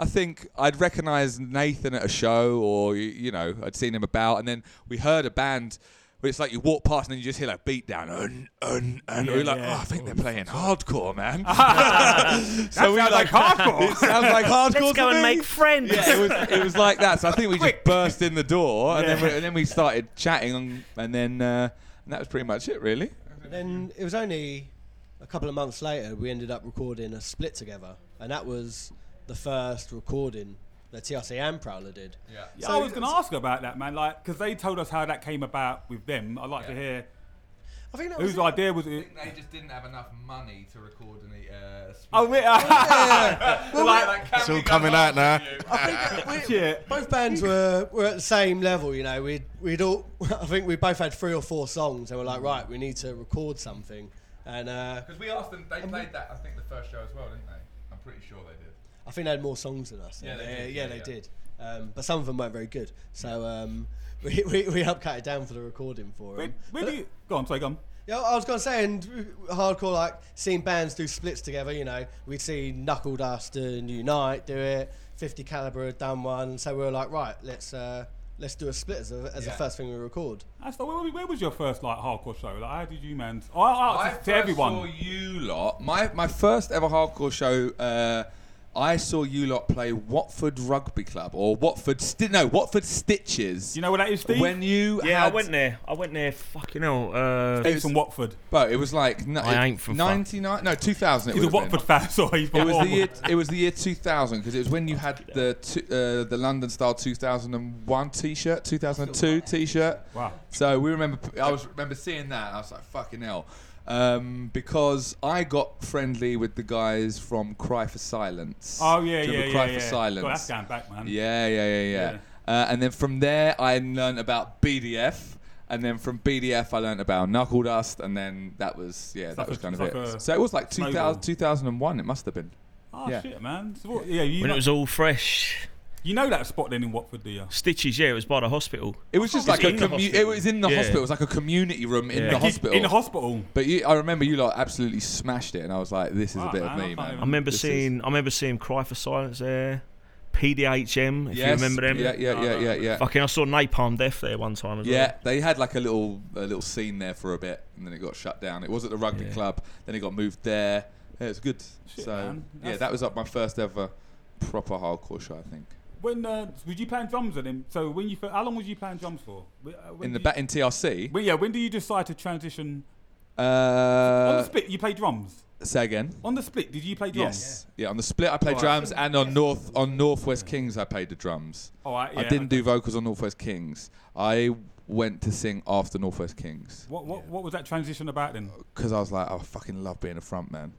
Speaker 4: I think I'd recognize Nathan at a show or, y- you know, I'd seen him about. And then we heard a band. where It's like you walk past and then you just hear like beat down, un, un, un.
Speaker 3: Yeah,
Speaker 4: we're like,
Speaker 3: yeah.
Speaker 4: oh, I think they're playing hardcore, man.
Speaker 3: so we like hardcore.
Speaker 4: It sounds like hardcore.
Speaker 1: Let's go and
Speaker 4: to me.
Speaker 1: make friends. [laughs]
Speaker 4: Yeah, it was it was like that. So I think we just burst in the door, and then we, and then we started chatting, and, and then uh, and that was pretty much it, really.
Speaker 6: And then it was only a couple of months later we ended up recording a split together, and that was the first recording that TRC and Prowler did. Yeah.
Speaker 3: Yeah, I was going to ask about that, man. Like, because they told us how that came about with them. I'd like to hear.
Speaker 6: I think that was
Speaker 3: Whose
Speaker 6: it.
Speaker 3: idea was it?
Speaker 6: [laughs]
Speaker 7: think they just didn't have enough money to record any. Uh, speech.
Speaker 3: Oh, really?
Speaker 7: like, like, can
Speaker 5: It's
Speaker 7: we
Speaker 5: all
Speaker 7: go
Speaker 5: coming out
Speaker 7: live
Speaker 5: now.
Speaker 7: with you?
Speaker 6: I think [laughs] we-
Speaker 3: Oh, Yeah.
Speaker 6: Both bands were, were at the same level, you know. We'd, we'd all, [laughs] I think we both had three or four songs, and we're like, right, we need to record something. And uh,
Speaker 7: Because we asked them, they played that, I think, the first show as well, didn't they? I'm pretty sure they did.
Speaker 6: I think they had more songs than us.
Speaker 7: Yeah, they did,
Speaker 6: yeah,
Speaker 7: yeah,
Speaker 6: they
Speaker 7: yeah.
Speaker 6: did. Um, but some of them weren't very good. So um, [laughs] we, we, we helped cut it down for the recording for
Speaker 3: Where,
Speaker 6: them.
Speaker 3: where do you go on? Sorry, go on.
Speaker 6: Yeah, I was gonna say, and hardcore like seeing bands do splits together. You know, we'd see Knuckle Dust and Unite do it. Fifty Caliber had done one, so we were like, right, let's uh, let's do a split as, a, as the
Speaker 7: Yeah.
Speaker 6: first thing we record.
Speaker 3: That's the- where, where was your first like hardcore show? Like, how did you, man? Oh, I
Speaker 7: I
Speaker 3: asked this to
Speaker 7: first
Speaker 3: everyone.
Speaker 7: saw
Speaker 4: you lot. My my first ever hardcore show. Uh, I saw you lot play Watford Rugby Club or Watford Sti- no Watford Stitches.
Speaker 3: Do you know where that is, Steve?
Speaker 4: when you
Speaker 1: Yeah, I
Speaker 4: had-
Speaker 1: went there. I went there. Fucking hell. Uh,
Speaker 3: Steve from Watford.
Speaker 4: Bro, it was like n-
Speaker 1: I ain't from fuck.
Speaker 4: 99 no 2000 it
Speaker 3: He's a
Speaker 4: would've been.
Speaker 3: Watford fan, [laughs] so he's from
Speaker 4: It was the
Speaker 3: Watford.
Speaker 4: year, it was the year 2000 because it was when you had the two, uh, the London style 2001 t-shirt, 2002 t-shirt.
Speaker 3: Wow.
Speaker 4: So we remember I was remember seeing that and I was like fucking hell. Um, because I got friendly with the guys from Cry for Silence.
Speaker 3: Oh yeah,
Speaker 4: Do you
Speaker 3: yeah,
Speaker 4: remember
Speaker 3: yeah.
Speaker 4: Cry
Speaker 3: yeah.
Speaker 4: for Silence.
Speaker 3: God, that's going back, man.
Speaker 4: Yeah, yeah, yeah, yeah.
Speaker 3: Yeah.
Speaker 4: Uh, and then from there, I learned about BDF. And then from BDF, I learned about Knuckle Dust. And then that was, yeah, that
Speaker 3: like
Speaker 4: was
Speaker 3: a-
Speaker 4: kind of
Speaker 3: it's like a
Speaker 4: it. So it was like 2000,
Speaker 3: snowball.
Speaker 4: 2001, it must have been.
Speaker 3: Oh
Speaker 4: Yeah.
Speaker 3: shit, man. So what- yeah, you
Speaker 1: when
Speaker 3: know,
Speaker 1: it was all fresh.
Speaker 3: you know that spot then in Watford, do you?
Speaker 1: Stitches, yeah, it was by the hospital.
Speaker 4: It was just
Speaker 1: It was
Speaker 4: like a
Speaker 1: in the
Speaker 4: commu-
Speaker 1: hospital.
Speaker 4: It was in the
Speaker 1: Yeah.
Speaker 4: hospital. It was like a community room in
Speaker 1: Yeah.
Speaker 4: the
Speaker 1: In-
Speaker 4: hospital.
Speaker 3: In the hospital.
Speaker 4: but you, I remember you lot absolutely smashed it. And I was like, this is a
Speaker 3: Wow,
Speaker 4: bit
Speaker 3: man,
Speaker 4: of
Speaker 3: I
Speaker 4: me,
Speaker 3: can't
Speaker 4: man.
Speaker 6: Mm,
Speaker 3: even-
Speaker 1: I remember
Speaker 4: This is-
Speaker 1: seeing. I remember seeing Cry for Silence there. PDHM, if you
Speaker 4: Yes,
Speaker 1: remember them.
Speaker 4: Yeah, yeah, yeah, yeah, yeah.
Speaker 1: Fucking, I saw Napalm Death there one time as
Speaker 4: Yeah, they had like a little a little scene there for a bit, and then it got shut down. It was at the rugby
Speaker 1: Yeah.
Speaker 4: club, then it got moved there. Yeah, it was good.
Speaker 3: Shit,
Speaker 4: so
Speaker 3: man.
Speaker 4: yeah,
Speaker 3: That's-
Speaker 4: that was like my first ever proper hardcore show, I think.
Speaker 3: When uh, were you playing drums at him? So when you fir- how long was you playing drums for? Wh- uh, When
Speaker 4: in the
Speaker 3: do you-
Speaker 4: ba- in TRC.
Speaker 3: When, yeah, when do you decide to transition? on the
Speaker 4: Uh,
Speaker 3: split, you play drums.
Speaker 4: say again.
Speaker 3: On the split, did you play drums?
Speaker 4: Yes. Yeah. on the split I played
Speaker 3: Alright.
Speaker 4: drums, and on North on Northwest Kings I played the drums.
Speaker 3: All right. Yeah.
Speaker 4: I didn't do vocals on Northwest Kings. I went to sing after Northwest Kings
Speaker 3: What what what was that transition about then?
Speaker 4: because I was like, I fucking love being a front
Speaker 3: [laughs]
Speaker 4: man.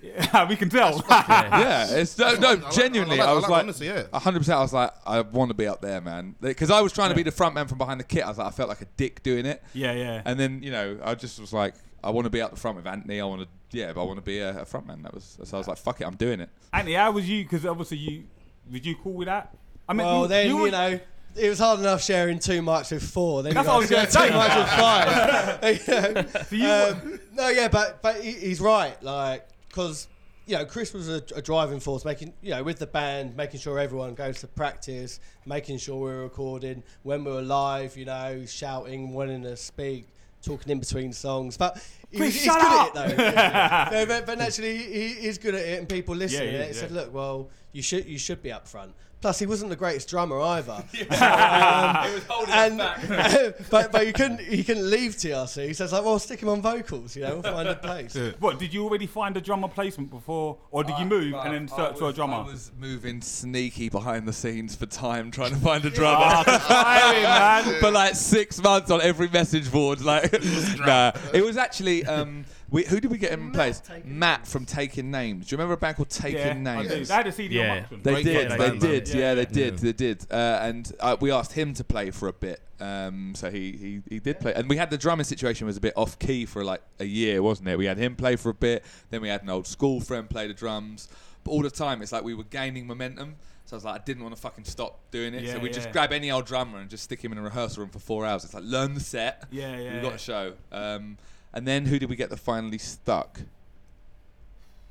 Speaker 3: Yeah, [laughs] we can tell.
Speaker 4: yeah, it's no, no
Speaker 5: like-
Speaker 4: genuinely.
Speaker 5: I like-
Speaker 4: I
Speaker 5: I
Speaker 4: was
Speaker 5: like-
Speaker 4: like,
Speaker 5: honestly, yeah.
Speaker 4: hundred percent. I was like, I want to be up there, man, because I was trying to be the front man from behind the kit. I was like, I felt like a dick doing it,
Speaker 3: [laughs] yeah, yeah.
Speaker 4: and then you know, I just was like, I want to be out the front with Anthony. I want to, yeah, but I want to be a, a front man. That was so. I was like, fuck it, I'm doing it.
Speaker 3: Anthony, how was you? Because obviously you, was you cool with that? I mean,
Speaker 6: Well,
Speaker 3: you,
Speaker 6: then
Speaker 3: you,
Speaker 6: you,
Speaker 3: were-
Speaker 6: know. It was hard enough sharing two mics with four. Then
Speaker 3: That's
Speaker 6: you
Speaker 3: what I was
Speaker 6: got
Speaker 3: gonna
Speaker 6: two mics with
Speaker 3: [laughs]
Speaker 6: five. [laughs]
Speaker 3: you-
Speaker 6: Um, no, yeah, but but he, he's right. Like, because you know, Chris was a, a driving force, making you know, with the band, making sure everyone goes to practice, making sure we we're recording when we were live. You know, shouting, wanting to speak, talking in between songs. But he,
Speaker 3: Chris,
Speaker 6: he's
Speaker 3: shut
Speaker 6: good
Speaker 3: up!
Speaker 6: at it though. [laughs] no, but, but naturally, he is good at it, and people listen.
Speaker 3: Yeah,
Speaker 6: and
Speaker 3: yeah,
Speaker 6: it said,
Speaker 3: yeah.
Speaker 6: look, well, you should you should be up front. Plus, he wasn't the greatest
Speaker 7: [laughs]
Speaker 6: drummer either. [laughs] Um,
Speaker 7: It was holding
Speaker 6: and
Speaker 7: us back.
Speaker 6: [laughs] but but you couldn't you couldn't leave TRC. So it's like, well, stick him on vocals. You know, we'll find a place.
Speaker 3: What did you already find a drummer placement before, or did you move and then search for a drummer? [laughs]
Speaker 4: I was moving sneaky behind the scenes for time, trying to find a drummer.
Speaker 3: Ah, Tiring, man.
Speaker 4: [laughs] for like six months on every message board.
Speaker 3: [laughs]
Speaker 4: Like, [laughs] nah. It was actually um, we, who did we get in place? Matt from Taking Names. Do you remember a band called Taking
Speaker 3: Yeah, I
Speaker 4: Names?
Speaker 3: do. They had a CD
Speaker 1: Yeah.
Speaker 3: on Muxton.
Speaker 4: They
Speaker 5: Great
Speaker 4: did,
Speaker 5: podcast,
Speaker 4: they
Speaker 5: man.
Speaker 4: did,
Speaker 3: Yeah,
Speaker 4: yeah,
Speaker 3: yeah.
Speaker 4: they did, they did, uh, and uh, we asked him to play for a bit. Um, so he, he he did play, and we had the drumming situation was a bit off key for like a year, wasn't it? We had him play for a bit, then we had an old school friend play the drums, but all the time it's like we were gaining momentum. So I was like, I didn't want to fucking stop doing it. so
Speaker 3: Yeah,
Speaker 4: we just
Speaker 3: yeah.
Speaker 4: grab any old drummer and just stick him in a rehearsal room for four hours. It's like learn the set.
Speaker 3: Yeah, yeah,
Speaker 4: We've got
Speaker 3: yeah.
Speaker 4: a show. Um, and then who did we get that finally stuck?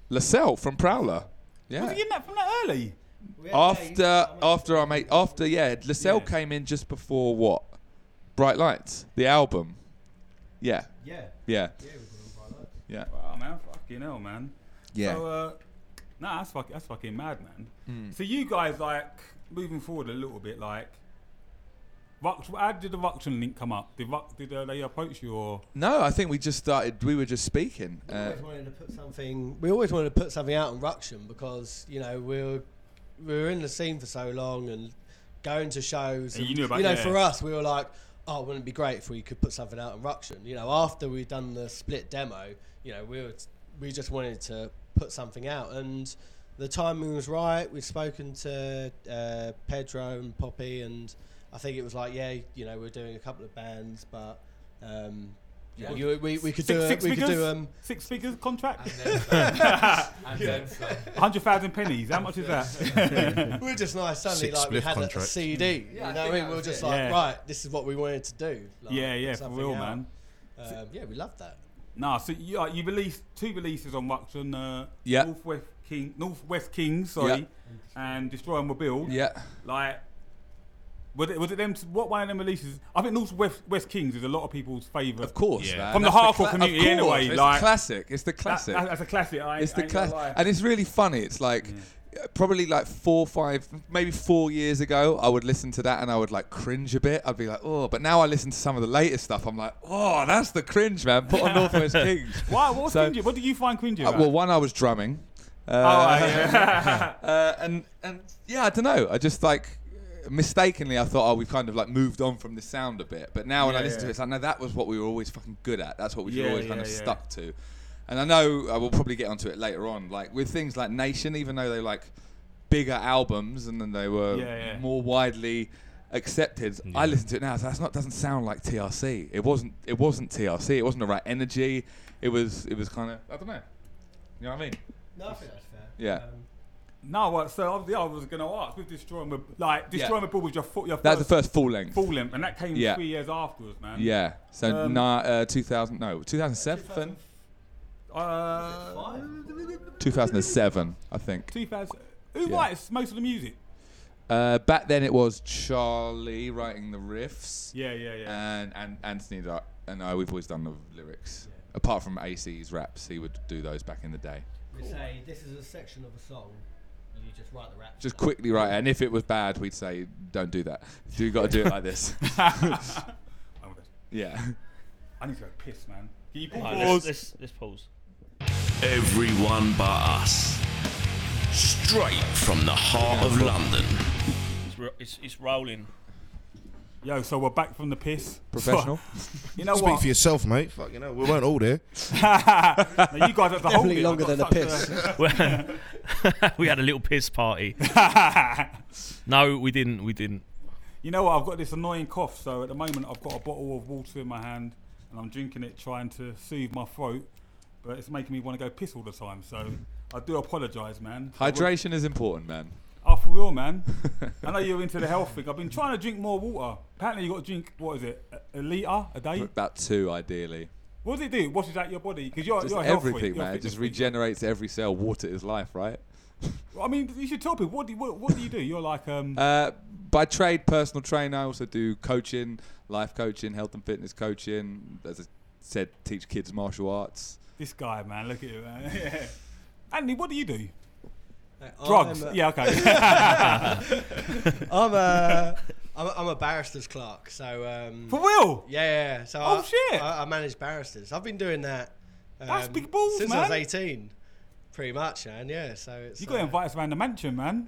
Speaker 4: Lascelles from Prowler. Yeah.
Speaker 3: Was he in that from that early?
Speaker 4: After after our mate after yeah, Lascelles
Speaker 3: Yeah.
Speaker 4: came in just before what? Bright Lights, the album. Yeah,
Speaker 6: yeah,
Speaker 4: yeah,
Speaker 6: yeah,
Speaker 4: yeah,
Speaker 3: Wow, man, fucking hell, man.
Speaker 4: yeah.
Speaker 3: So, uh, nah, that's fucking, that's fucking mad, man. So you guys like moving forward a little bit, like. Rux, how did the Ruction link come up? Did, Rux, did uh, they approach you or?
Speaker 4: no, I think we just started. We were just speaking.
Speaker 6: we
Speaker 4: Uh,
Speaker 6: always wanted to put something. We always wanted to put something out on Ruction because you know we were we were in the scene for so long and going to shows.
Speaker 3: And you knew about-
Speaker 6: know,
Speaker 3: yeah.
Speaker 6: for us, we were like, oh, wouldn't it be great if we could put something out in Ruction? You know, after we'd done the split demo, you know, we were, we just wanted to put something out, and the timing was right. We'd spoken to uh, Pedro and Poppy, and I think it was like, yeah, you know, we're doing a couple of bands, but. Um, you know, you, we, we could do
Speaker 3: Six,
Speaker 6: a,
Speaker 3: six
Speaker 6: we could
Speaker 3: figures?
Speaker 6: do um,
Speaker 3: six figures contract?
Speaker 7: And then
Speaker 3: [laughs]
Speaker 7: some. and then some.
Speaker 3: 100,000 pennies. How much is that?
Speaker 6: we were just nice suddenly
Speaker 5: Six
Speaker 6: like we
Speaker 5: spliff
Speaker 6: had a, a
Speaker 5: contracts.
Speaker 6: CD.
Speaker 7: Yeah, I
Speaker 6: you know what
Speaker 7: think
Speaker 6: I
Speaker 7: that
Speaker 6: mean? We were
Speaker 7: was
Speaker 6: just
Speaker 7: it.
Speaker 6: like,
Speaker 3: Yeah.
Speaker 6: right, this is what we wanted to do.
Speaker 3: [laughs]
Speaker 6: Like,
Speaker 3: yeah, yeah,
Speaker 6: put
Speaker 3: for
Speaker 6: something
Speaker 3: real,
Speaker 6: out.
Speaker 3: man.
Speaker 6: Um, yeah, we love that.
Speaker 3: Nah, so you, uh, you released two releases on Ruction, uh,
Speaker 4: Yeah.
Speaker 3: Northwest King, Northwest Kings, sorry,
Speaker 4: Yeah.
Speaker 3: and Destroy and Rebuild.
Speaker 4: Yeah.
Speaker 3: Like, was it, was it them? What one of them releases? I think Northwest West Kings is a lot of people's favourite.
Speaker 4: Of course,
Speaker 5: Yeah.
Speaker 4: man.
Speaker 3: From the
Speaker 4: That's
Speaker 3: hardcore
Speaker 4: cla- of
Speaker 3: community
Speaker 4: course,
Speaker 3: anyway,
Speaker 4: It's
Speaker 3: like-
Speaker 4: the classic. It's the
Speaker 3: That-
Speaker 4: classic.
Speaker 3: that- that's a classic. I,
Speaker 4: it's the classic,
Speaker 3: classic.
Speaker 4: and it's really funny. It's like
Speaker 3: Mm.
Speaker 4: probably like four, five, maybe four years ago, I would listen to that and I would like cringe a bit. I'd be like, oh, but now I listen to some of the latest stuff. I'm like, oh, that's the cringe, man. Put
Speaker 3: [laughs]
Speaker 4: on Northwest Kings.
Speaker 3: Why? What was
Speaker 4: So-
Speaker 3: cringy? What did you find cringy?
Speaker 4: Uh,
Speaker 3: about? [laughs]
Speaker 4: well, one I was drumming. Uh,
Speaker 3: Oh,
Speaker 4: [laughs]
Speaker 3: yeah.
Speaker 4: uh, and and yeah, I don't know. I just like mistakenly I thought, oh, we've kind of like moved on from the sound a bit. But now when I
Speaker 3: Yeah,
Speaker 4: listen to
Speaker 3: yeah.
Speaker 4: it, it's like, no, that was what we were always fucking good at. That's what we should
Speaker 3: Yeah,
Speaker 4: always kind
Speaker 3: yeah,
Speaker 4: of
Speaker 3: yeah.
Speaker 4: stuck to. And I know I will probably get onto it later on. Like with things like Nation, even though they were like bigger albums and then they were
Speaker 3: Yeah, yeah.
Speaker 4: more widely accepted. I listen to it now. So that's not doesn't sound like TRC. It wasn't. It wasn't TRC. It wasn't the right energy. It was. It was kind of. I don't know. You know what I mean?
Speaker 6: No, I think that's fair.
Speaker 4: Yeah.
Speaker 3: Uh, no, what? So obviously, I was going to ask with Destroy and Rebuild, like Destroy
Speaker 4: Yeah.
Speaker 3: and Rebuild was your, fo- your
Speaker 4: That's the
Speaker 3: first
Speaker 4: first full length.
Speaker 3: full length, and that came
Speaker 4: Yeah.
Speaker 3: three years afterwards, man.
Speaker 4: Yeah. So
Speaker 3: Um,
Speaker 4: na- uh, 2000. No, 2007.
Speaker 3: Uh,
Speaker 4: 2007, I think.
Speaker 3: 2000. Who
Speaker 4: Yeah.
Speaker 3: writes most of the music?
Speaker 4: Uh, back then it was Charlie writing the riffs,
Speaker 3: Yeah, yeah, yeah.
Speaker 4: and and Anthony di- and I. We've always done the lyrics. Apart from AC's raps, he would do those back in the day.
Speaker 6: We say this is a section of a song, and you just write the rap.
Speaker 4: Just quickly write, it, and if it was bad, we'd say, "Don't do that. You got to do it
Speaker 3: [laughs]
Speaker 4: like this."
Speaker 3: Oh my God.
Speaker 4: Yeah. [laughs]
Speaker 3: I need to go piss, man. Can you
Speaker 1: Right, let's,
Speaker 3: pause?
Speaker 1: let's, let's pause.
Speaker 2: Everyone but us. Straight from the heart of London.
Speaker 1: It's, ro- it's, it's rolling.
Speaker 3: Yo, so we're back from the piss. [laughs]
Speaker 4: Professional.
Speaker 3: You know
Speaker 5: Speak
Speaker 3: what?
Speaker 5: for yourself, mate. Fucking hell, we weren't all there.
Speaker 3: Now, you
Speaker 4: [laughs]
Speaker 3: guys have the whole
Speaker 6: Definitely longer than a piss.
Speaker 1: [laughs] we had a little piss party.
Speaker 3: [laughs]
Speaker 1: No, we didn't. We didn't.
Speaker 3: you know what? I've got this annoying cough, so at the moment I've got a bottle of water in my hand and I'm drinking it, trying to soothe my throat, but it's making me want to go piss all the time. So I do apologise, man.
Speaker 4: Hydration is important, man.
Speaker 3: Oh, for real,
Speaker 4: [laughs]
Speaker 3: man. I know you're into the health thing. I've been trying to drink more water. Apparently, you got to drink what is it, a, a liter a day?
Speaker 4: About two, ideally.
Speaker 3: What does it do? What is that your body? Because you're,
Speaker 4: Just
Speaker 3: you're a health freak,
Speaker 4: everything,
Speaker 3: you're a
Speaker 4: man. It
Speaker 3: fitness
Speaker 4: just
Speaker 3: freak.
Speaker 4: regenerates every cell. Water is life, right?
Speaker 3: I mean, you should tell people what do you, what, what do you do? You're like um.
Speaker 4: Uh, by trade, personal trainer. I also do coaching, life coaching, health and fitness coaching. As I said, teach kids martial arts.
Speaker 3: This guy, man, look at you, man. [laughs]
Speaker 4: [laughs]
Speaker 3: Yeah. Anthony, what do you do?
Speaker 6: Like,
Speaker 3: Drugs.
Speaker 6: I'm a-
Speaker 3: yeah, okay. [laughs]
Speaker 6: I'm a, I'm a, I'm a barrister's clerk, so um,
Speaker 3: For real?
Speaker 6: yeah, yeah, yeah. So
Speaker 3: Oh,
Speaker 6: I,
Speaker 3: shit.
Speaker 6: I, I manage barristers. I've been doing that. Um,
Speaker 3: That's big balls,
Speaker 6: since I was
Speaker 3: man.
Speaker 6: 18, pretty much, and yeah. So it's
Speaker 3: You got to
Speaker 6: uh,
Speaker 3: invite us around the mansion, man.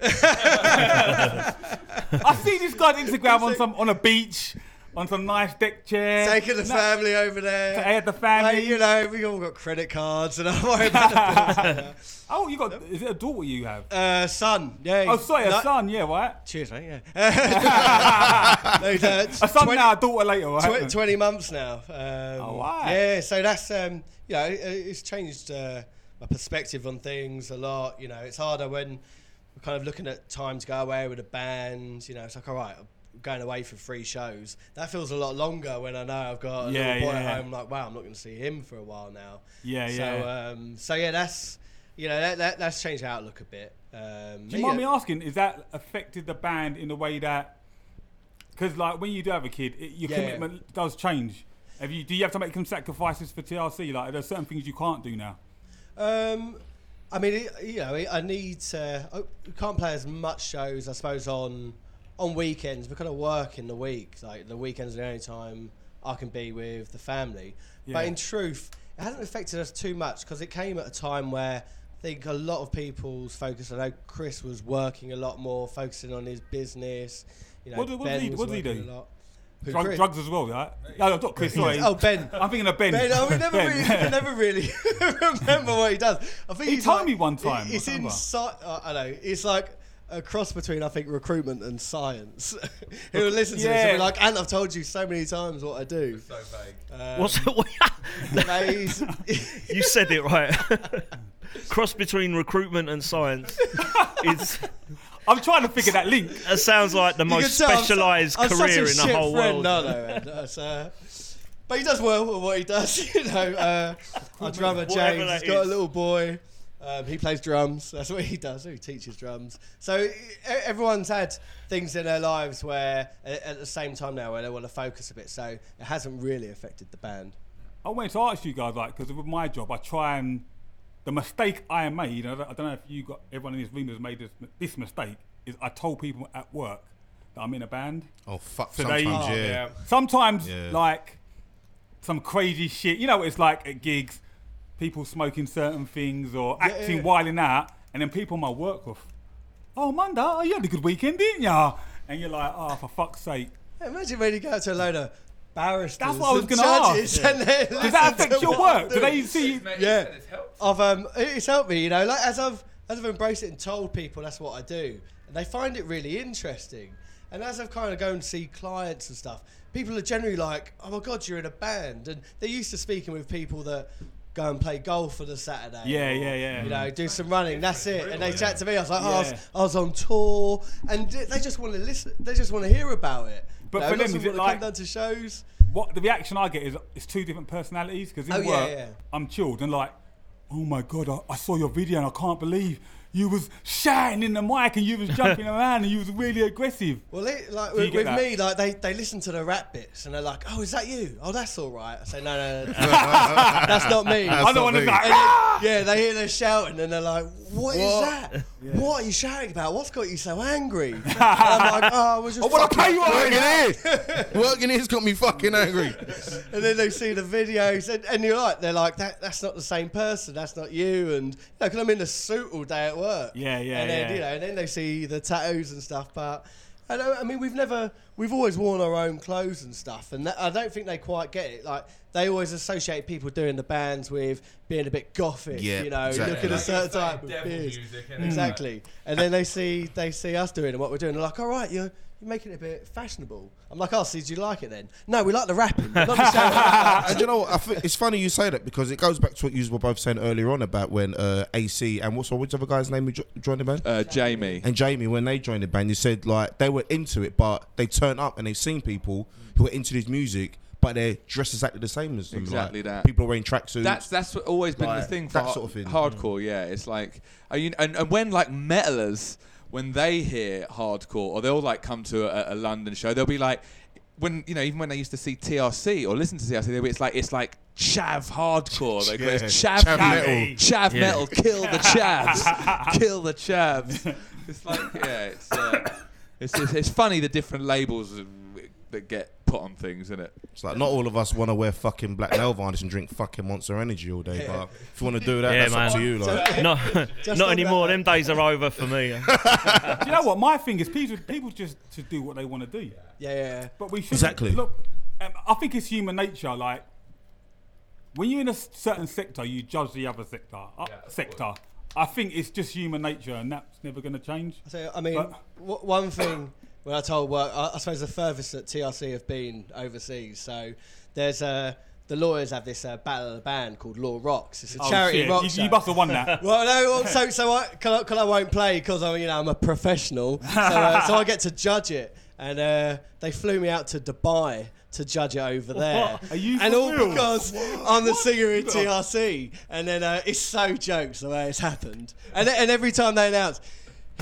Speaker 3: I see this guy's Instagram on some on a beach, on some nice deck chair.
Speaker 6: Taking the
Speaker 3: No,
Speaker 6: family over there.
Speaker 3: Hey, the family.
Speaker 6: Like, you know, we all got credit cards, and [laughs] I'm
Speaker 3: [laughs]
Speaker 6: worried about the bills.
Speaker 3: Oh, you got? Is it a daughter you have?
Speaker 6: uh, son. Yeah.
Speaker 3: Oh, sorry,
Speaker 6: no-
Speaker 3: a son. Yeah,
Speaker 6: [laughs]
Speaker 3: right.
Speaker 6: Cheers, mate. Yeah. [laughs] no, uh, no,
Speaker 3: A son
Speaker 6: 20
Speaker 3: now, a daughter later.
Speaker 6: Tw-
Speaker 3: Right?
Speaker 6: 20 months now. Um,
Speaker 3: Oh, right.
Speaker 6: Yeah, so that's, um, you know, it, it's changed uh, my perspective on things a lot. You know, it's harder when we're kind of looking at time to go away with a band. You know, it's like, all right, I'm going away for three shows. That feels a lot longer when I know I've got a
Speaker 3: Yeah,
Speaker 6: little boy
Speaker 3: yeah.
Speaker 6: at home. Like, wow, I'm not going to see him for a while now.
Speaker 3: Yeah,
Speaker 6: so,
Speaker 3: yeah.
Speaker 6: Um, so, yeah, that's, you know, that, that, that's changed the outlook a bit. Um,
Speaker 3: Do you mind me asking? Is that affected the band in the way that? Because like when you do have a kid, it, your
Speaker 6: Yeah.
Speaker 3: commitment does change. Have you? Do you have to make some sacrifices for TRC? Like there's certain things you can't do now.
Speaker 6: Um, I mean, it- you know, I need to. I can't play as much shows, I suppose, on on weekends. We kind of work in the week. Like the weekends are the only time I can be with the family.
Speaker 3: Yeah.
Speaker 6: But in truth, it hasn't affected us too much because it came at a time where I think a lot of people's focus. I know Chris was working a lot more, focusing on his business. You know,
Speaker 3: What do- what does
Speaker 6: Ben
Speaker 3: he-
Speaker 6: was
Speaker 3: what does he
Speaker 6: working
Speaker 3: do?
Speaker 6: A lot. Who,
Speaker 3: Drug,
Speaker 6: Chris?
Speaker 3: drugs as well, right? No, no, not Chris. Sorry.
Speaker 6: Oh, Ben.
Speaker 3: [laughs] I'm thinking of Ben.
Speaker 6: Ben, I would never
Speaker 3: Ben.
Speaker 6: really,
Speaker 3: [laughs]
Speaker 6: I can never really [laughs] remember what he does. I think
Speaker 3: He
Speaker 6: he's
Speaker 3: told
Speaker 6: like-
Speaker 3: me one time,
Speaker 6: It's
Speaker 3: I
Speaker 6: in,
Speaker 3: remember.
Speaker 6: sci- uh, I know. It's like a cross between I think recruitment and science. [laughs] he will listen to this and
Speaker 3: Yeah.
Speaker 6: be like, "And I've told you so many times what I do." Uh,
Speaker 7: So vague.
Speaker 1: What's
Speaker 6: Like,
Speaker 1: [laughs]
Speaker 3: [laughs]
Speaker 6: he's- [laughs]
Speaker 1: you said it right. [laughs] Cross between recruitment and
Speaker 6: [laughs]
Speaker 1: science is
Speaker 3: I'm trying to figure that link.
Speaker 1: that sounds like the
Speaker 6: You
Speaker 1: most
Speaker 6: can tell I'm su-
Speaker 1: specialised
Speaker 6: I'm such a
Speaker 1: career in the
Speaker 6: shit
Speaker 1: whole
Speaker 6: friend.
Speaker 1: world.
Speaker 6: No, no, man. That's, uh, but he does well at what he does, [laughs] you know.
Speaker 3: [laughs]
Speaker 6: Uh, our drummer
Speaker 1: Whatever
Speaker 6: James,
Speaker 1: that
Speaker 6: he's got
Speaker 1: is.
Speaker 6: a little boy. Um, he plays drums. That's what he does. He teaches drums. So e- everyone's had things in their lives where, a- at the same time now, where they want to focus a bit. So it hasn't really affected the band.
Speaker 3: I wanted to ask you guys, like, because with my job, I try and the mistake I made. I don't, I don't know if you got everyone in this room has made this, this mistake. Is I told people at work that I'm in a band.
Speaker 5: Oh fuck!
Speaker 3: So they-
Speaker 5: sometimes,
Speaker 3: Oh,
Speaker 5: yeah.
Speaker 3: Sometimes,
Speaker 5: Yeah.
Speaker 3: like, some crazy shit. You know what it's like at gigs? People smoking certain things or acting,
Speaker 6: yeah.
Speaker 3: wilding out, and then people on my work with, oh, Manda, oh, you had a good weekend, didn't ya? And you're like, oh, for fuck's sake.
Speaker 6: Imagine when you go to a load of barristers
Speaker 3: That's what I was
Speaker 6: and
Speaker 3: gonna
Speaker 6: judges
Speaker 3: ask.
Speaker 6: and they
Speaker 3: Does that
Speaker 6: listen
Speaker 3: affect
Speaker 6: to
Speaker 3: your
Speaker 6: what I'm
Speaker 3: work? Do
Speaker 6: doing.
Speaker 3: they see?
Speaker 7: Mate,
Speaker 6: Yeah.
Speaker 7: yeah. It's helped.
Speaker 6: I've um, it's helped me, you know. Like as I've as I've embraced it and told people that's what I do, and they find it really interesting. And as I've kind of go and see clients and stuff, people are generally like, "Oh my god, you're in a band," and they're used to speaking with people that go and play golf on a Saturday.
Speaker 3: Yeah,
Speaker 6: or,
Speaker 3: yeah, yeah.
Speaker 6: You know, do some running. That's it. And they chat to me. I was like, oh, I, was,
Speaker 3: Yeah.
Speaker 6: I was on tour, and they just want to listen. They just want to hear about it.
Speaker 3: But
Speaker 6: You
Speaker 3: for them,
Speaker 6: know,
Speaker 3: is
Speaker 6: lots of
Speaker 3: it
Speaker 6: people that
Speaker 3: like-
Speaker 6: come down to shows?
Speaker 3: What the reaction I get is it's two different personalities because in
Speaker 6: Oh,
Speaker 3: work
Speaker 6: yeah, yeah.
Speaker 3: I'm chilled and like, oh my god, I, I saw your video and I can't believe you was shouting in the mic and you was
Speaker 6: [laughs]
Speaker 3: jumping around and you was really aggressive.
Speaker 6: Well, they, like
Speaker 3: Do you
Speaker 6: with,
Speaker 3: get
Speaker 6: with
Speaker 3: that?
Speaker 6: me, like they, they listen to the rap bits and they're like, "Oh, is that you? Oh, that's all right." I say, "No, no, no, no, that's not me."
Speaker 3: I
Speaker 5: not
Speaker 3: don't want to
Speaker 5: me.
Speaker 3: be like,
Speaker 6: And
Speaker 3: ah!
Speaker 6: they- yeah, they hear they're shouting and they're like, "What is
Speaker 5: What?
Speaker 6: that? What are you shouting about? What's got you so angry?" And I'm like, "Oh, I was just."
Speaker 3: I want to pay
Speaker 6: fucking-"
Speaker 3: you
Speaker 5: Working
Speaker 3: off.
Speaker 5: here, [laughs] working here's got me fucking angry.
Speaker 6: [laughs] And then they see the videos and, and you're like, they're like, "That that's not the same person. That's not you." And because I'm in a suit all day at work.
Speaker 3: Yeah, yeah,
Speaker 6: And then
Speaker 3: yeah.
Speaker 6: you know, and then they see the tattoos and stuff, but. I, don't, I mean, we've never, we've always worn our own clothes and stuff, and that, I don't think they quite get it. Like they always associate people doing the bands with being a bit gothic,
Speaker 5: Yeah,
Speaker 6: you know,
Speaker 5: exactly.
Speaker 6: looking a
Speaker 5: Like
Speaker 6: certain
Speaker 7: it's like
Speaker 6: type of
Speaker 7: devil
Speaker 6: beers.
Speaker 7: music,
Speaker 3: Mm.
Speaker 7: innit?
Speaker 6: exactly. And then they see, they see us doing what we're doing. They're like, "All right, you're, you're making it a bit fashionable." I'm like, "Oh, see, do you like it then?" No, we like the rapping.
Speaker 3: [laughs]
Speaker 6: Not the shouting. [laughs]
Speaker 5: and you know what? I think it's funny you say that because it goes back to what you were both saying earlier on about when uh, AC and what's what's the other guy's name who jo- joined the band?
Speaker 4: Uh, Jamie.
Speaker 5: and Jamie when they joined the band, they said like they were into it, but they turned up and they've seen people who are into this music, but they're dressed exactly the same as them.
Speaker 4: Exactly
Speaker 5: like,
Speaker 4: that.
Speaker 5: People are wearing tracksuits.
Speaker 4: That's that's what always been
Speaker 5: Like,
Speaker 4: the thing for
Speaker 5: that
Speaker 4: har-
Speaker 5: sort of thing.
Speaker 4: hardcore. Yeah, it's like I mean, and, and when like metalers when they hear hardcore or they'll like come to a, a London show, they'll be like. When you know, even when they used to see TRC or listen to TRC, they were, it's like it's like chav hardcore. They call it
Speaker 5: Yeah,
Speaker 4: chav,
Speaker 5: chav
Speaker 4: metal,
Speaker 5: metal.
Speaker 4: chav metal. Kill the chavs, kill the chavs. It's like yeah, it's, uh, it's it's it's funny the different labels that get put on things, isn't it?
Speaker 5: It's like not all of us want to wear fucking black nail varnish and drink fucking Monster Energy all day, but if you want to do that,
Speaker 1: Yeah,
Speaker 5: that's up
Speaker 1: man.
Speaker 5: to you. Like,
Speaker 1: No,
Speaker 6: on
Speaker 1: not anymore. Them days are over for me.
Speaker 3: Do you know what? My thing is, people, people just should do what they want to do.
Speaker 6: yeah, yeah.
Speaker 3: But we should
Speaker 5: Exactly.
Speaker 3: look. Um, I think it's human nature. Like when you're in a s- certain sector, you judge the other sector. Uh,
Speaker 7: of
Speaker 3: sector. I think it's just human nature, and that's never going to change.
Speaker 6: So I mean,
Speaker 3: But-
Speaker 6: w- one thing when I told work, I, I suppose the furthest that TRC have been overseas. So there's a the lawyers have this uh, battle of the band called Law Rocks. It's a
Speaker 3: Oh,
Speaker 6: charity
Speaker 3: shit.
Speaker 6: rock
Speaker 3: you,
Speaker 6: show.
Speaker 3: you must have won
Speaker 6: [laughs]
Speaker 3: that.
Speaker 6: Well, no. Well, so, so I, cause I, cause I won't play because I'm, you know, I'm a professional. So, uh,
Speaker 3: [laughs]
Speaker 6: so I get to judge it, and uh, they flew me out to Dubai to judge it over there.
Speaker 3: Are you
Speaker 6: and
Speaker 3: for
Speaker 6: all
Speaker 3: real?
Speaker 6: because I'm the singer in TRC, and then uh, it's so jokes the way it's happened. And and every time they announce.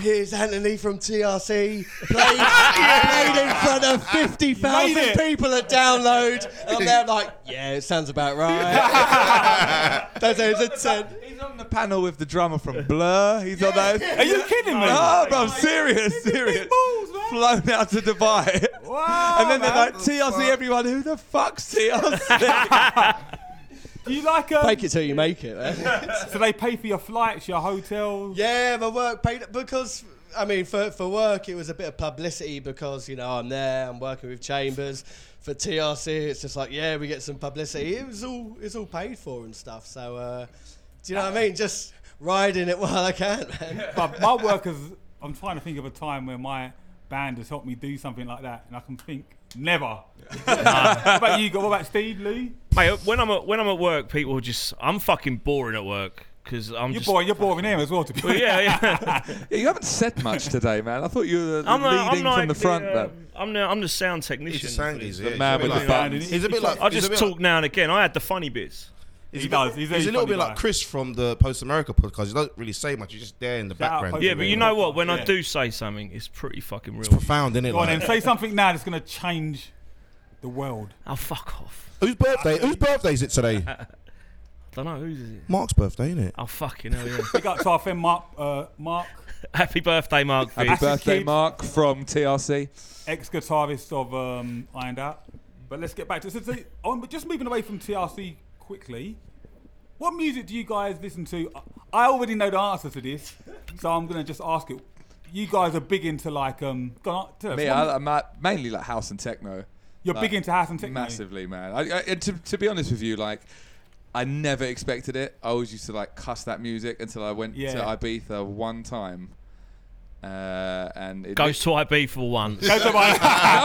Speaker 6: Here's Anthony from TRC
Speaker 3: [laughs]
Speaker 6: played, played in front of 50,000
Speaker 3: Made it.
Speaker 6: people at download. And I'm there like, yeah, it sounds
Speaker 3: [laughs]
Speaker 6: about right. That's it's a 10.
Speaker 4: [laughs] He's on the panel with the drummer from Blur. He's on those.
Speaker 3: Are you kidding me?
Speaker 4: [laughs]
Speaker 6: Oh,
Speaker 4: No, bro, I'm serious, serious.
Speaker 3: balls, man.
Speaker 4: Flown out to Dubai.
Speaker 3: [laughs] Wow,
Speaker 4: and then they're
Speaker 3: man.
Speaker 4: like, TRC, everyone, who the
Speaker 3: [laughs]
Speaker 4: fuck's TRC?
Speaker 3: Do you like um,
Speaker 6: Make it till you make it. man. [laughs]
Speaker 3: So they pay for your flights, your hotels.
Speaker 6: yeah, my work paid because I mean, for, for work, it was a bit of publicity because, you know, I'm there, I'm working with Chambers. For TRC, it's just like, yeah, we get some publicity. It was all, it's all paid for and stuff. So, uh, do you know what I mean? Just riding it while I can, man.
Speaker 3: but my work is, I'm trying to think of a time where my band has helped me do something like that, and I can think
Speaker 6: [laughs]
Speaker 3: never. Nah. What about you? What about Steve Lee?
Speaker 1: Mate, when I'm at when I'm at work, people just I'm fucking boring at work because I'm
Speaker 3: You're
Speaker 1: just
Speaker 3: boring. You're boring him as well. To be
Speaker 1: Well, [laughs]
Speaker 3: honest.
Speaker 1: yeah,
Speaker 4: [laughs]
Speaker 1: yeah.
Speaker 4: Yeah, you haven't said much today, man. I thought you were
Speaker 1: I'm
Speaker 4: leading
Speaker 1: not, I'm like
Speaker 4: from the front.
Speaker 1: uh,
Speaker 4: though.
Speaker 1: I'm the I'm the sound technician.
Speaker 5: He's a Sandy's, yeah.
Speaker 4: man
Speaker 5: he's a
Speaker 4: with
Speaker 5: bit
Speaker 4: the
Speaker 5: like-
Speaker 4: band,
Speaker 3: isn't he?
Speaker 5: He's a bit like.
Speaker 1: I
Speaker 5: he's a
Speaker 1: just
Speaker 5: bit
Speaker 1: talk
Speaker 5: like-
Speaker 1: now and again. I had the funny bits.
Speaker 5: He's
Speaker 3: He
Speaker 5: a bit-
Speaker 3: does. He's a
Speaker 5: he's a little
Speaker 3: funny
Speaker 5: bit
Speaker 3: guy.
Speaker 5: like Chris from the Post America podcast. He doesn't really say much. He's just there in the
Speaker 3: Shout out
Speaker 5: background.
Speaker 3: Post
Speaker 1: Yeah, but you know what? When I
Speaker 3: Yeah.
Speaker 1: do say something, it's pretty fucking real.
Speaker 5: It's profound, isn't it?
Speaker 3: Go on
Speaker 5: Like,
Speaker 3: then. Say something now that's going to change the world.
Speaker 1: Oh fuck off!
Speaker 5: whose birthday? Whose birthday is it today?
Speaker 4: [laughs]
Speaker 1: I don't know whose is it.
Speaker 5: Mark's birthday, isn't it?
Speaker 1: Oh fucking hell!
Speaker 4: [laughs]
Speaker 1: Yeah.
Speaker 3: Big up to our friend Mark, uh, Mark,
Speaker 1: Happy birthday, Mark.
Speaker 4: Happy
Speaker 1: Fitz.
Speaker 3: That's a
Speaker 4: birthday,
Speaker 3: kid.
Speaker 4: Mark from TRC.
Speaker 3: ex-guitarist of um, Ironed Out. But let's get back to so, so, on, but just moving away from TRC quickly. What music do you guys listen to? I already know the answer to this, so I'm gonna just ask it. You guys are big into like um, go on, tell us,
Speaker 4: Me,
Speaker 3: what-
Speaker 4: I, I'm uh, mainly like house and techno.
Speaker 3: you're
Speaker 4: like,
Speaker 3: big into house and techno.
Speaker 4: Massively, man. I, I, and to, to be honest with you, like, I never expected it. I always used to like cuss that music until I went to
Speaker 3: Yeah.
Speaker 4: Ibiza one time, uh, and it
Speaker 1: Goes to IB for once.
Speaker 3: Go to my-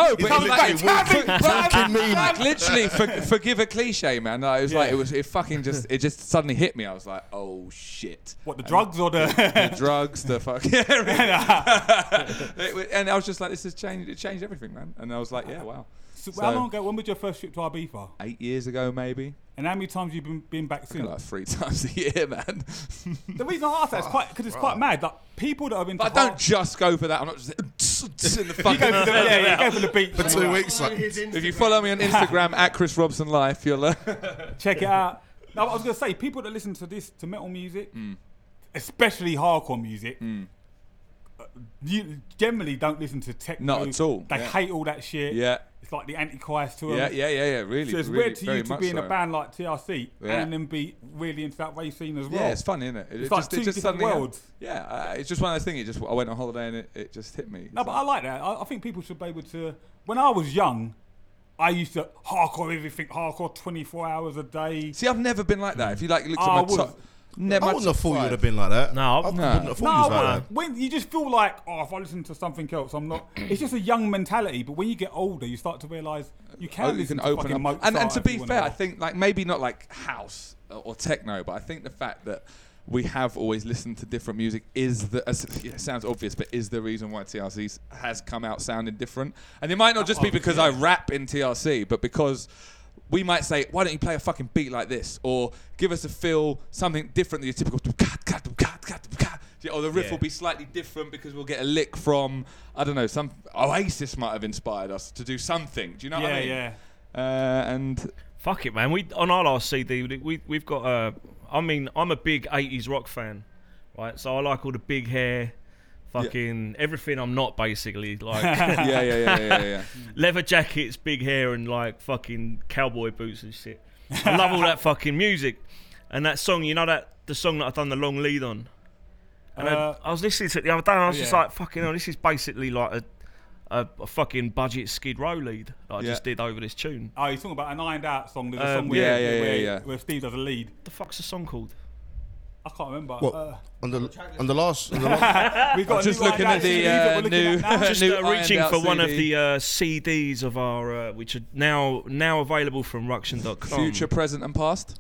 Speaker 4: no, but
Speaker 3: comes back,
Speaker 4: like,
Speaker 3: "Tell
Speaker 4: [laughs]
Speaker 3: me,
Speaker 4: for-
Speaker 3: tell me,
Speaker 4: fucking
Speaker 3: tell me."
Speaker 4: like, literally, for, forgive a cliche, man. Like, it was like it was it fucking just it just suddenly hit me. I was like, oh shit.
Speaker 3: what the drugs or
Speaker 4: The
Speaker 3: the?
Speaker 4: drugs, the fuck, [laughs] yeah, really. It wa- and I was just like, this has changed. It changed everything, man. And I was like, yeah, wow.
Speaker 3: [laughs] so,
Speaker 4: So-
Speaker 3: how long ago? When was your first trip to Ibiza?
Speaker 4: Eight years ago, maybe,
Speaker 3: And how many times you been been back since?
Speaker 4: like three [laughs] times a year, man.
Speaker 3: The reason I ask that is quite because it's quite mad. Like people that are into
Speaker 4: but I
Speaker 3: hard- [laughs]
Speaker 4: don't just [laughs] go for that. I'm not just in the fucking.
Speaker 3: go for the, yeah, yeah, go for the beach. [laughs]
Speaker 5: For two weeks, like,
Speaker 4: if you follow me on Instagram at Chris Robson Life, you'll. Uh, [laughs]
Speaker 3: Check it out. Now, I was gonna say, people that listen to this to metal music,
Speaker 4: Hmm.
Speaker 3: especially hardcore music, uh, you generally don't listen to techno.
Speaker 4: Not at all,
Speaker 3: They
Speaker 4: yeah.
Speaker 3: hate all that shit.
Speaker 4: yeah,
Speaker 3: it's like the Antichrist to 'em.
Speaker 4: yeah, yeah, yeah, yeah. Really,
Speaker 3: So it's
Speaker 4: really,
Speaker 3: weird to
Speaker 4: very
Speaker 3: you to
Speaker 4: much
Speaker 3: be in
Speaker 4: so.
Speaker 3: a band like TRC
Speaker 4: Yeah.
Speaker 3: and then be really into that rave scene as well.
Speaker 4: Yeah, it's fun, isn't it? It,
Speaker 3: It's like two different
Speaker 4: suddenly-
Speaker 3: worlds.
Speaker 4: Yeah, uh, it's just one of those things. It just I went on holiday and it, it just hit me.
Speaker 3: No, but I like that. I, I think people should be able to. When I was young, I used to hardcore everything, hardcore twenty four hours a day.
Speaker 4: See, I've never been like that. If you like looked
Speaker 3: Oh, I
Speaker 4: at my
Speaker 3: would've-
Speaker 4: top, never.
Speaker 5: I wouldn't have thought you would have been like that.
Speaker 1: No,
Speaker 5: I
Speaker 1: no.
Speaker 5: wouldn't have
Speaker 3: No,
Speaker 5: thought you was
Speaker 3: well,
Speaker 5: like that.
Speaker 3: when you just feel like, oh, if I listen to something else, I'm
Speaker 4: [clears throat]
Speaker 3: not. It's just a young mentality. But when you get older, you start to realise you can
Speaker 4: Oh,
Speaker 3: listen
Speaker 4: you can
Speaker 3: to
Speaker 4: open
Speaker 3: fucking
Speaker 4: up.
Speaker 3: Mozart
Speaker 4: and, and to
Speaker 3: if
Speaker 4: be
Speaker 3: you wanna
Speaker 4: fair,
Speaker 3: go.
Speaker 4: I think like maybe not like house uh, or, or techno, but I think the fact that we have always listened to different music is the. As, yeah, it sounds obvious, but is the reason why TRC has come out sounding different. And it might not
Speaker 3: Oh,
Speaker 4: just be because I rap in TRC, but because. We might say, why don't you play a fucking beat like this? Or give us a feel, something different than your typical. Yeah, Or the riff
Speaker 1: Yeah.
Speaker 4: will be slightly different because we'll get a lick from, I don't know, some Oasis might have inspired us to do something. Do you know what
Speaker 3: yeah,
Speaker 4: I mean?
Speaker 3: yeah.
Speaker 4: Uh, and
Speaker 1: Fuck it, man. We on our last CD, we we've got a. I mean, I'm a big '80s rock fan, right? So I like all the big hair, fucking everything. I'm not basically
Speaker 3: [laughs]
Speaker 1: like
Speaker 4: yeah, yeah, yeah, yeah, yeah.
Speaker 1: leather jackets, big hair, and like fucking cowboy boots and shit. I love all
Speaker 3: [laughs]
Speaker 1: that fucking music, and that song. You know that the song that I've done the long lead on. And I-
Speaker 3: Uh,
Speaker 1: I, was listening to it the other day, and I was just
Speaker 3: yeah.
Speaker 1: like, "Fucking hell, this is basically like a, a, a fucking budget Skid Row lead that I
Speaker 4: Yeah.
Speaker 1: just did over this tune."
Speaker 3: Oh, you're talking about an ironed out song. There's a
Speaker 1: Um,
Speaker 3: song where,
Speaker 4: yeah, yeah,
Speaker 3: where,
Speaker 4: yeah, yeah.
Speaker 3: where Steve does a lead.
Speaker 1: What the fuck's the song called?
Speaker 3: I can't remember.
Speaker 5: What?
Speaker 3: Uh,
Speaker 5: On the on the last, on the last
Speaker 3: we've got a
Speaker 4: just
Speaker 3: new
Speaker 4: looking
Speaker 3: Ironed Out
Speaker 4: at the,
Speaker 3: CD that we're
Speaker 4: uh,
Speaker 3: looking
Speaker 4: new- [laughs]
Speaker 3: at now.
Speaker 1: just
Speaker 4: new
Speaker 1: uh, reaching
Speaker 4: ironed
Speaker 1: for
Speaker 4: out
Speaker 1: one of
Speaker 4: CD.
Speaker 1: the uh, CDs of our, uh, which are now now available from Ruction.com.
Speaker 4: Future, present, and past.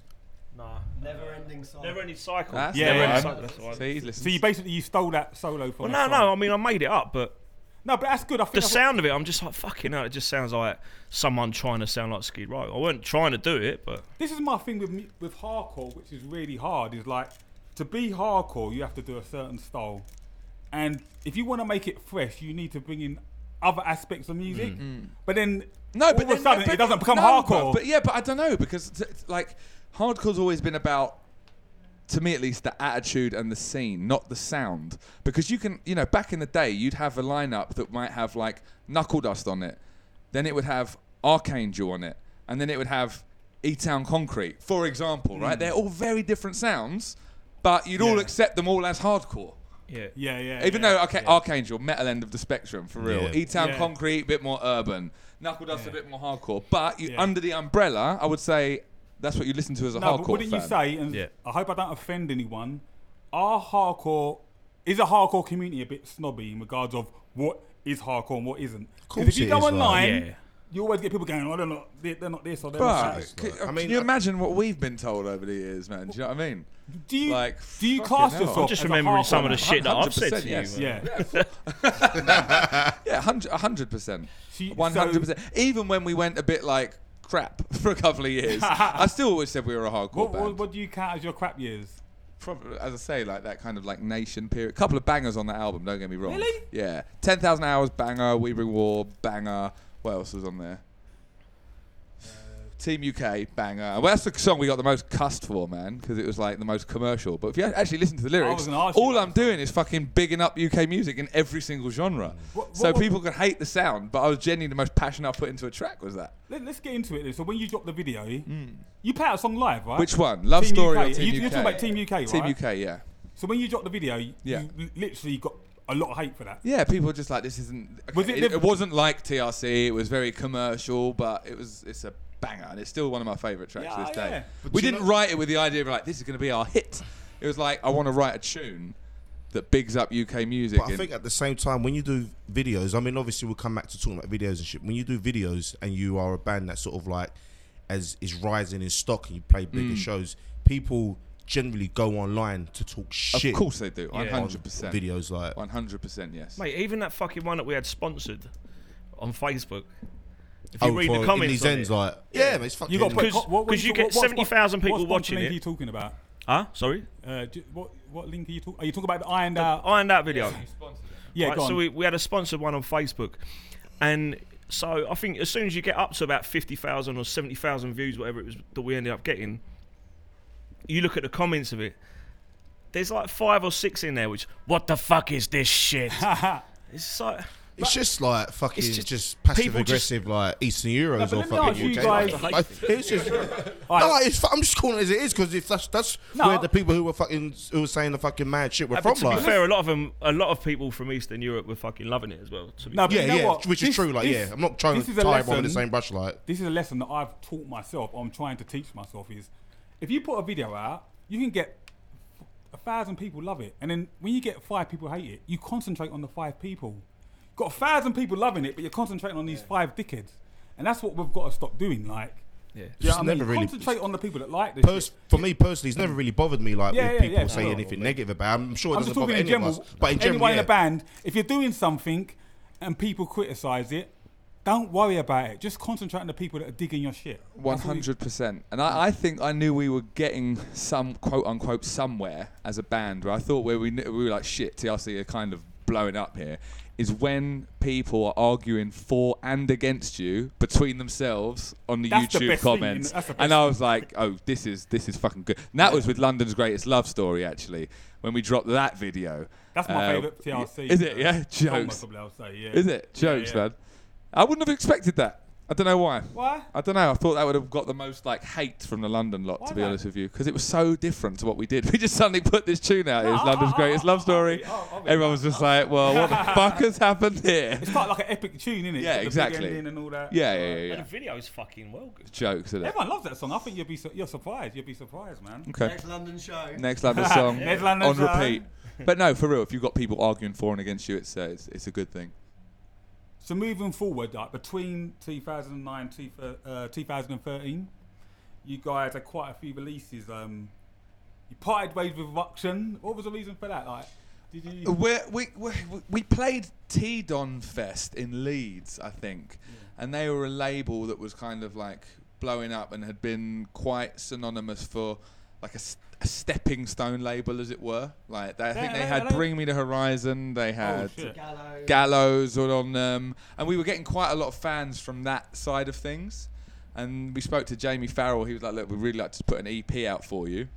Speaker 1: Nah.
Speaker 6: Never ending song.
Speaker 1: Never any cycle.
Speaker 4: That's
Speaker 3: Yeah,
Speaker 4: the
Speaker 3: yeah.
Speaker 4: one.
Speaker 1: Cycle, that's all right.
Speaker 4: See, listen.
Speaker 3: so you basically you stole that solo from.
Speaker 1: Well, no,
Speaker 3: that
Speaker 1: no. I
Speaker 3: song.
Speaker 1: mean, I made it up, but
Speaker 3: no, but that's good. I think
Speaker 1: the
Speaker 3: that's-
Speaker 1: sound of it, I'm just like fucking hell. It just sounds like someone trying to sound like Skid Row. I wasn't trying to do it, but
Speaker 3: This is my thing with mu- with hardcore, which is really hard. Is like to be hardcore, you have to do a certain style, and if you want to make it fresh, you need to bring in other aspects of music.
Speaker 5: Mm.
Speaker 3: But then,
Speaker 4: Mm. no,
Speaker 3: all
Speaker 4: but
Speaker 3: of
Speaker 4: then-
Speaker 3: a sudden,
Speaker 4: but-
Speaker 3: it doesn't become
Speaker 4: no,
Speaker 3: hardcore.
Speaker 4: But, e- but yeah, but I don't know because t- t- like hardcore's always been about. To me, at least, the attitude and the scene, not the sound. Because you can, you know, back in the day, you'd have a lineup that might have like Knuckle Dust on it, then it would have Archangel on it, and then it would have E Town Concrete,
Speaker 3: Mm.
Speaker 4: for example, right? They're all very different sounds, but you'd all accept them all as hardcore.
Speaker 1: Yeah.
Speaker 3: Yeah, yeah.
Speaker 4: Even
Speaker 3: yeah.
Speaker 4: though okay, Archangel, metal end of the spectrum for real.
Speaker 5: Yeah.
Speaker 4: E Town
Speaker 3: Yeah.
Speaker 4: concrete, bit more urban. Knuckle Dust a bit more hardcore. But you,
Speaker 3: Yeah.
Speaker 4: under the umbrella, I would say that's what you listen to as a
Speaker 3: No,
Speaker 4: hardcore
Speaker 3: but wouldn't
Speaker 4: fan.
Speaker 3: you say? And
Speaker 1: Yeah.
Speaker 3: I hope I don't offend anyone. Our hardcore is a hardcore community a bit snobby in regards of what is hardcore and what isn't. Because if
Speaker 5: course
Speaker 3: you
Speaker 5: it
Speaker 3: go
Speaker 5: is, like-
Speaker 3: online,
Speaker 1: Yeah.
Speaker 3: you always get people going, "Oh, they're not, they're, they're not this or they're not
Speaker 4: Bruh,
Speaker 3: that."
Speaker 5: Absolutely.
Speaker 4: uh, can,
Speaker 5: I mean,
Speaker 4: can you
Speaker 5: I-
Speaker 4: imagine what we've been told over the years, man? Do you know what I mean?
Speaker 3: Do you
Speaker 4: Like,
Speaker 3: do you
Speaker 4: fucking
Speaker 3: class
Speaker 4: hell.
Speaker 3: yourself?
Speaker 4: I'm
Speaker 1: Just
Speaker 3: as a
Speaker 1: remembering
Speaker 3: hardcore
Speaker 1: some of the
Speaker 3: man?
Speaker 1: shit that I've said
Speaker 4: 100%,
Speaker 1: to you.
Speaker 4: yes.
Speaker 1: man.
Speaker 3: Yeah,
Speaker 4: Yeah, hundred percent,
Speaker 3: See,
Speaker 4: one hundred percent. Even when we went a bit like crap [laughs] for a couple
Speaker 3: [laughs]
Speaker 4: of years, I still always said we were a hardcore
Speaker 3: what,
Speaker 4: band.
Speaker 3: what, what do you count as your crap years?
Speaker 4: Probably, as I say, like that kind of like nation period. Couple of bangers on that album. Don't get me wrong. Really? Yeah, ten thousand hours banger. We bring war banger. What else was on there?
Speaker 3: Uh,
Speaker 4: Team UK banger. Well, that's the song we got the most cussed for, man, because it was like the most commercial. But if you actually listen to the lyrics,
Speaker 3: gonna ask you
Speaker 4: all
Speaker 3: about
Speaker 4: I'm doing is fucking bigging up UK music in every single genre.
Speaker 3: What-
Speaker 4: so
Speaker 3: what- what-
Speaker 4: people could hate the sound, but I was genuinely the most passion I put into a track was that.
Speaker 3: Let, us get into it. Then. So when you drop the video,
Speaker 5: Hmm.
Speaker 3: you play out a song live, right?
Speaker 4: Which one? Love
Speaker 3: Uh, Team
Speaker 4: Story
Speaker 3: UK.
Speaker 4: or Team
Speaker 3: you, You're
Speaker 4: UK?
Speaker 3: talking about Team UK, right?
Speaker 4: Team UK, yeah.
Speaker 3: So when you dropped the video, you
Speaker 4: Yeah.
Speaker 3: you literally got a lot of hate for that.
Speaker 4: Yeah, people were just like this isn't. okay,
Speaker 3: Was it
Speaker 4: it,
Speaker 3: the-
Speaker 4: it wasn't like TRC. It was very commercial, but it was. It's a banger, and it's still one of my favorite tracks to
Speaker 3: Yeah,
Speaker 4: this day.
Speaker 3: yeah. But
Speaker 4: We
Speaker 5: you
Speaker 4: didn't
Speaker 5: know-
Speaker 4: write it with the idea of like this is going to be our hit. It was like I want to write a tune that bigs up UK music.
Speaker 3: [laughs]
Speaker 5: But I
Speaker 4: and-
Speaker 5: think at the same time, when you do videos, I mean, obviously we'll come back to talking about videos and shit. When you do videos and you are a band that sort of like as is rising in stock and you play bigger
Speaker 4: Mm.
Speaker 5: shows, people generally go online to talk
Speaker 4: of
Speaker 5: shit.
Speaker 4: course they do. One
Speaker 1: Yeah.
Speaker 4: hundred percent.
Speaker 5: videos like
Speaker 4: One hundred percent. Yes.
Speaker 1: Mate, even that fucking one that we had sponsored on Facebook. If you
Speaker 5: oh,
Speaker 1: read
Speaker 5: for-
Speaker 1: the
Speaker 5: in
Speaker 1: comments,
Speaker 5: these
Speaker 1: on
Speaker 5: ends,
Speaker 1: it-
Speaker 5: like yeah, mate, it's fucking.
Speaker 3: You got
Speaker 1: Because-
Speaker 3: what- what- what-
Speaker 1: 'cause you
Speaker 3: what-
Speaker 1: get
Speaker 3: what- what-
Speaker 1: 70,000 people
Speaker 3: what
Speaker 1: watching
Speaker 3: link
Speaker 1: it.
Speaker 3: Are you talking about?
Speaker 1: huh? Sorry,
Speaker 3: Uh, do, what what link are you talking? Are you talking about the ironed out?
Speaker 1: I and that video.
Speaker 7: You sponsored it.
Speaker 3: yeah,
Speaker 1: Uh, Right,
Speaker 3: go on.
Speaker 1: so we, we had a sponsored one on Facebook, and so I think as soon as you get up to about fifty thousand or seventy thousand views, whatever it was that we ended up getting, you look at the comments of it. There's like five or six in there which, what the fuck is this shit? it's like,
Speaker 5: It's just like fucking,
Speaker 1: It's just
Speaker 5: just, passive
Speaker 1: people just-
Speaker 5: aggressive like Eastern Euros
Speaker 3: but
Speaker 5: or
Speaker 3: let me ask
Speaker 5: fucking
Speaker 3: you
Speaker 5: UK.
Speaker 3: guys-
Speaker 5: Like, [laughs]
Speaker 3: [laughs]
Speaker 5: it's just, no, it's, fu- I'm just calling it as it is because if that's that's
Speaker 3: No. Uh,
Speaker 5: where the people who were fucking who were saying the fucking mad shit were
Speaker 1: but
Speaker 5: from.
Speaker 1: to
Speaker 5: Like,
Speaker 1: be fair, a lot of them, a lot of people from Eastern Europe were fucking loving it as well. To be
Speaker 3: [laughs] No, but
Speaker 5: yeah,
Speaker 3: you know
Speaker 5: yeah,
Speaker 3: what?
Speaker 5: which is
Speaker 3: This-
Speaker 5: true. Like,
Speaker 3: this-
Speaker 5: yeah, I'm not trying
Speaker 3: this
Speaker 5: to
Speaker 3: is a
Speaker 5: tie everyone
Speaker 3: lesson-
Speaker 5: with the same brush. Like,
Speaker 3: this is a lesson that I've taught myself. I'm trying to teach myself is if you put a video out, you can get a thousand people love it, and then when you get five people hate it, you concentrate on the five people. You've got a thousand people loving it, but you're concentrating on these five dickheads, and that's what we've got to stop doing. Like, yeah, you know
Speaker 5: It's
Speaker 3: what I mean?
Speaker 5: never really-
Speaker 3: concentrate on the people that like this.
Speaker 5: pers-
Speaker 3: shit.
Speaker 5: for me personally, it's never really bothered me. Like,
Speaker 3: Yeah,
Speaker 5: when
Speaker 3: yeah,
Speaker 5: people
Speaker 3: yeah,
Speaker 5: say
Speaker 3: sure.
Speaker 5: anything negative about. I'm sure it
Speaker 3: I'm
Speaker 5: doesn't
Speaker 3: just
Speaker 5: bother
Speaker 3: talking in
Speaker 5: any of
Speaker 3: general.
Speaker 5: us. But in general,
Speaker 3: anyone in
Speaker 5: yeah.
Speaker 3: a band, if you're doing something and people criticize it, don't worry about it. Just concentrate on the people that are digging your shit.
Speaker 4: One hundred percent, and I, I think I knew we were getting some quote unquote somewhere as a band. Where I thought where we kn- we were like shit, TRC are kind of blowing up here. Is when people are arguing for and against you between themselves on the
Speaker 3: That's the
Speaker 4: YouTube
Speaker 3: best thing, you
Speaker 4: comments,
Speaker 3: know, that's the best
Speaker 4: and I was like, oh, this is this is fucking good. And that was with London's Greatest Love Story actually when we dropped that video.
Speaker 3: That's my
Speaker 4: Uh,
Speaker 3: favorite TRC.
Speaker 4: Is it? Yeah,
Speaker 3: Song,
Speaker 4: jokes.
Speaker 3: probably, I'll say, yeah.
Speaker 4: Is it jokes,
Speaker 3: yeah.
Speaker 4: man? I wouldn't have expected that. I don't know why.
Speaker 3: Why?
Speaker 4: I don't know. I thought that would have got the most like hate from the London lot, to be
Speaker 3: not?
Speaker 4: honest with you, because it was so different to what we did. [laughs] We just suddenly put this tune out.
Speaker 3: [laughs]
Speaker 4: It was London's greatest love story.
Speaker 3: Oh, I'll- I'll be
Speaker 4: Everyone was just like, "Well, what the
Speaker 3: [laughs]
Speaker 4: fuck has happened here?"
Speaker 3: It's quite like an epic tune, isn't it?
Speaker 4: Yeah,
Speaker 3: With the big
Speaker 4: exactly.
Speaker 3: ending and all that.
Speaker 4: [laughs] Yeah, yeah, yeah.
Speaker 1: The
Speaker 4: yeah.
Speaker 1: video is fucking well good.
Speaker 4: Jokes, is it?
Speaker 3: Everyone loves that song. I think you'll be su- you're surprised. You'll be surprised, man.
Speaker 4: Okay.
Speaker 6: Next London show.
Speaker 4: Next London
Speaker 3: [laughs]
Speaker 4: song
Speaker 3: Next London
Speaker 4: on
Speaker 3: song. [laughs]
Speaker 4: repeat. But no, for real, if you've got people arguing for and against you, it's uh, it's, it's a good thing.
Speaker 3: So moving forward, like between 2009 two thou- uh, 2013, you guys had quite a few releases. Um, you parted ways with Ruction. What was the reason for that? Like, did you?
Speaker 4: We're, we, we, we played T Don Fest in Leeds, I think, and they were a label that was kind of like blowing up and had been quite synonymous for like a, s- a stepping stone label, as it were. Like they, I think
Speaker 3: Yeah,
Speaker 4: they
Speaker 3: I-
Speaker 4: had
Speaker 3: I-
Speaker 4: Bring Me the Horizon, they had
Speaker 3: shit.
Speaker 6: Gallo.
Speaker 4: Gallows or on them, and we were getting quite a lot of fans from that side of things. And we spoke to Jamie Farrell. He was like, "Look, we'd really like to put an EP out for you."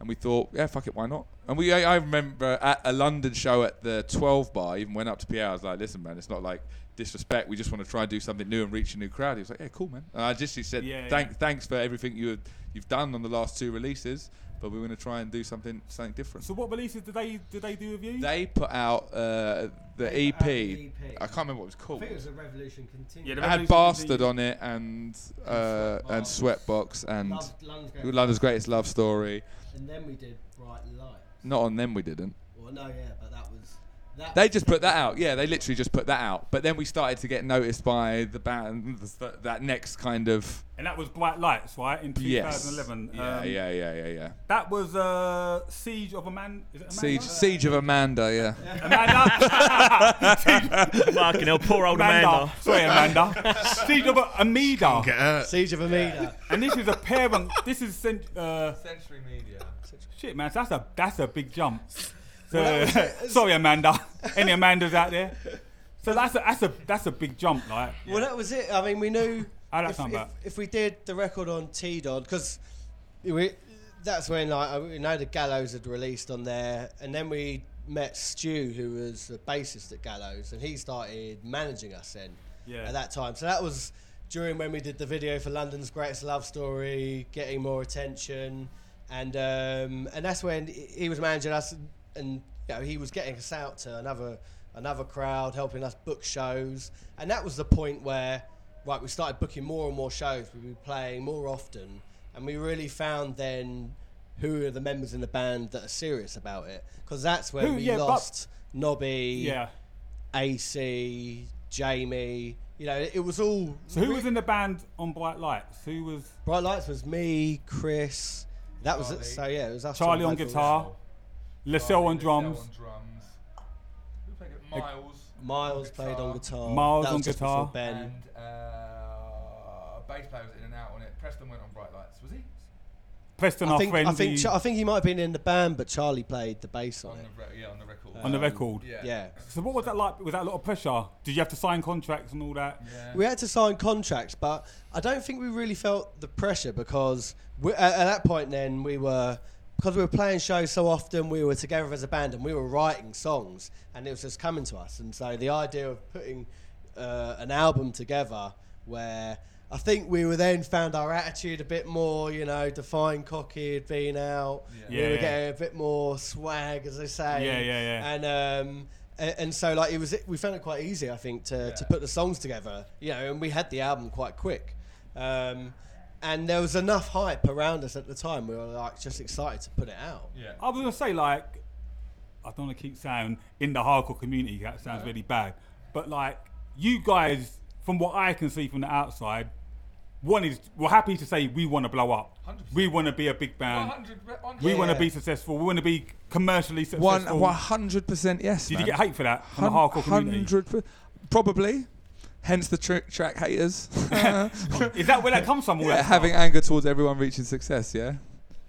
Speaker 4: And we thought, "Yeah, fuck it, why not?" And we, I, I remember at a London show at the 12 bar, I even went up to Pierre. I was like, "Listen, man, it's not like disrespect. We just want to try and do something new and reach a new crowd." He was like, "Yeah, cool, man." And I just he said,
Speaker 3: Yeah,
Speaker 4: "Thank, thanks for everything you you've done on the last two releases." but we were going to try and do something something different.
Speaker 3: So what releases did they did they do with you?
Speaker 4: They put out uh, the
Speaker 6: They
Speaker 4: EP.
Speaker 6: put out the EP.
Speaker 4: I can't remember what it was
Speaker 6: I
Speaker 4: called.
Speaker 6: think it was a revolution continued.
Speaker 3: Yeah, the
Speaker 4: It had
Speaker 3: Revolution
Speaker 4: Bastard
Speaker 3: Continues.
Speaker 4: on it and uh, and Sweatbox and
Speaker 6: Love, London's going
Speaker 4: London's Greatest Love Story.
Speaker 6: And then we did Bright Light.
Speaker 4: Not on them, we didn't.
Speaker 6: Well, no, yeah, but that was that.
Speaker 4: They just put that out. Yeah, they literally just put that out. But then we started to get noticed by the band, th- that next kind of.
Speaker 3: And that was Bright Lights, right? In
Speaker 4: Yes.
Speaker 3: 2011.
Speaker 4: Yeah,
Speaker 3: Um,
Speaker 4: yeah, yeah, yeah, yeah.
Speaker 3: That was uh, Siege of a Man. Is it Amanda?
Speaker 4: Siege, Siege of Amanda, yeah.
Speaker 1: Fucking hell, poor old Amanda.
Speaker 3: Amanda. Sorry, Amanda. Siege of a- Amida.
Speaker 5: Get out.
Speaker 6: Siege of Amida.
Speaker 3: And this is a parent. This is cent- uh,
Speaker 7: Century Media.
Speaker 3: shit, man. That's a that's a big jump. So, [laughs] sorry, Amanda. Any Amandas out there? So that's a that's a that's a big jump, like.
Speaker 6: Well, that was it. I mean, we knew
Speaker 3: How'd that
Speaker 6: if,
Speaker 3: sound
Speaker 6: if,
Speaker 3: about?
Speaker 6: if we did the record on T Dodd because we that's when like I- we know the Gallows had released on there, and then we met Stu, who was the bassist at Gallows, and he started managing us then
Speaker 3: Yeah.
Speaker 6: at that time. So that was during when we did the video for London's Greatest Love Story, getting more attention, and um, and that's when he he was managing us, and you know he was getting us out to another another crowd, helping us book shows, and that was the point where right we started booking more and more shows, we were playing more often, and we really found then who are the members in the band that are serious about it because that's when
Speaker 3: Who-
Speaker 6: we
Speaker 3: yeah, but-
Speaker 6: lost Nobby,
Speaker 3: Yeah.
Speaker 6: AC, Jamie. You know, it was all.
Speaker 3: So who was in the band on Bright Lights? Who was
Speaker 6: Bright Lights was me, Chris. That was it.
Speaker 7: Charlie.
Speaker 6: So yeah, it was us.
Speaker 3: Charlie
Speaker 6: all
Speaker 3: on
Speaker 6: vocals.
Speaker 3: guitar, LaSalle on drums,
Speaker 7: On drums. Who played it? Miles.
Speaker 6: Miles
Speaker 7: on
Speaker 6: played on guitar.
Speaker 3: Miles
Speaker 6: That was
Speaker 3: on
Speaker 6: just before
Speaker 3: guitar.
Speaker 6: Ben.
Speaker 7: And uh, bass player was in and out on it. Preston went on Bright Lights. Was he?
Speaker 3: Preston,
Speaker 6: I
Speaker 3: our
Speaker 6: think
Speaker 3: friend,
Speaker 6: I think
Speaker 3: the-
Speaker 6: Cha- I think he might have been in the band, but Charlie played the bass on
Speaker 7: On
Speaker 6: it.
Speaker 7: the re- yeah, on the record.
Speaker 3: on the record.
Speaker 7: yeah.
Speaker 6: Yeah.
Speaker 3: So what was that like? Was that a lot of pressure? Did you have to sign contracts and all that?
Speaker 7: Yeah.
Speaker 6: We had to sign contracts, but I don't think we really felt the pressure because we, at, at that point, then we were because we were playing shows so often, we were together as a band and we were writing songs, and it was just coming to us. And so the idea of putting uh, an album together, where I think we were then found our attitude a bit more, you know, defined, cocky, had been out.
Speaker 3: Yeah.
Speaker 6: We were
Speaker 3: Yeah.
Speaker 6: getting a bit more swag, as they say.
Speaker 3: Yeah, yeah, yeah.
Speaker 6: And um, a- and so like it was, we found it quite easy, I think, to, to put the songs together, you know, and we had the album quite quick, um, and there was enough hype around us at the time. We were like just excited to put it out.
Speaker 7: Yeah.
Speaker 3: I was gonna say like, I don't want to keep saying in the hardcore community that sounds really bad, but like you guys, from what I can see from the outside, one is we're happy to say we want to blow up,
Speaker 7: 100%.
Speaker 3: we want to be a big band,
Speaker 7: 100 re- on
Speaker 3: we
Speaker 7: yeah.
Speaker 3: want to
Speaker 6: Yeah.
Speaker 3: be successful, we want to be commercially successful.
Speaker 4: One, 100% yes.
Speaker 3: Did
Speaker 4: man.
Speaker 3: you get hate for that from the
Speaker 4: Hun-
Speaker 3: hardcore community?
Speaker 4: 100%, probably. Hence the tr-
Speaker 3: [laughs]
Speaker 4: track haters. [laughs]
Speaker 3: Is that where that comes from? All
Speaker 4: Yeah,
Speaker 3: that
Speaker 4: having
Speaker 3: stuff?
Speaker 4: anger towards everyone reaching success, yeah?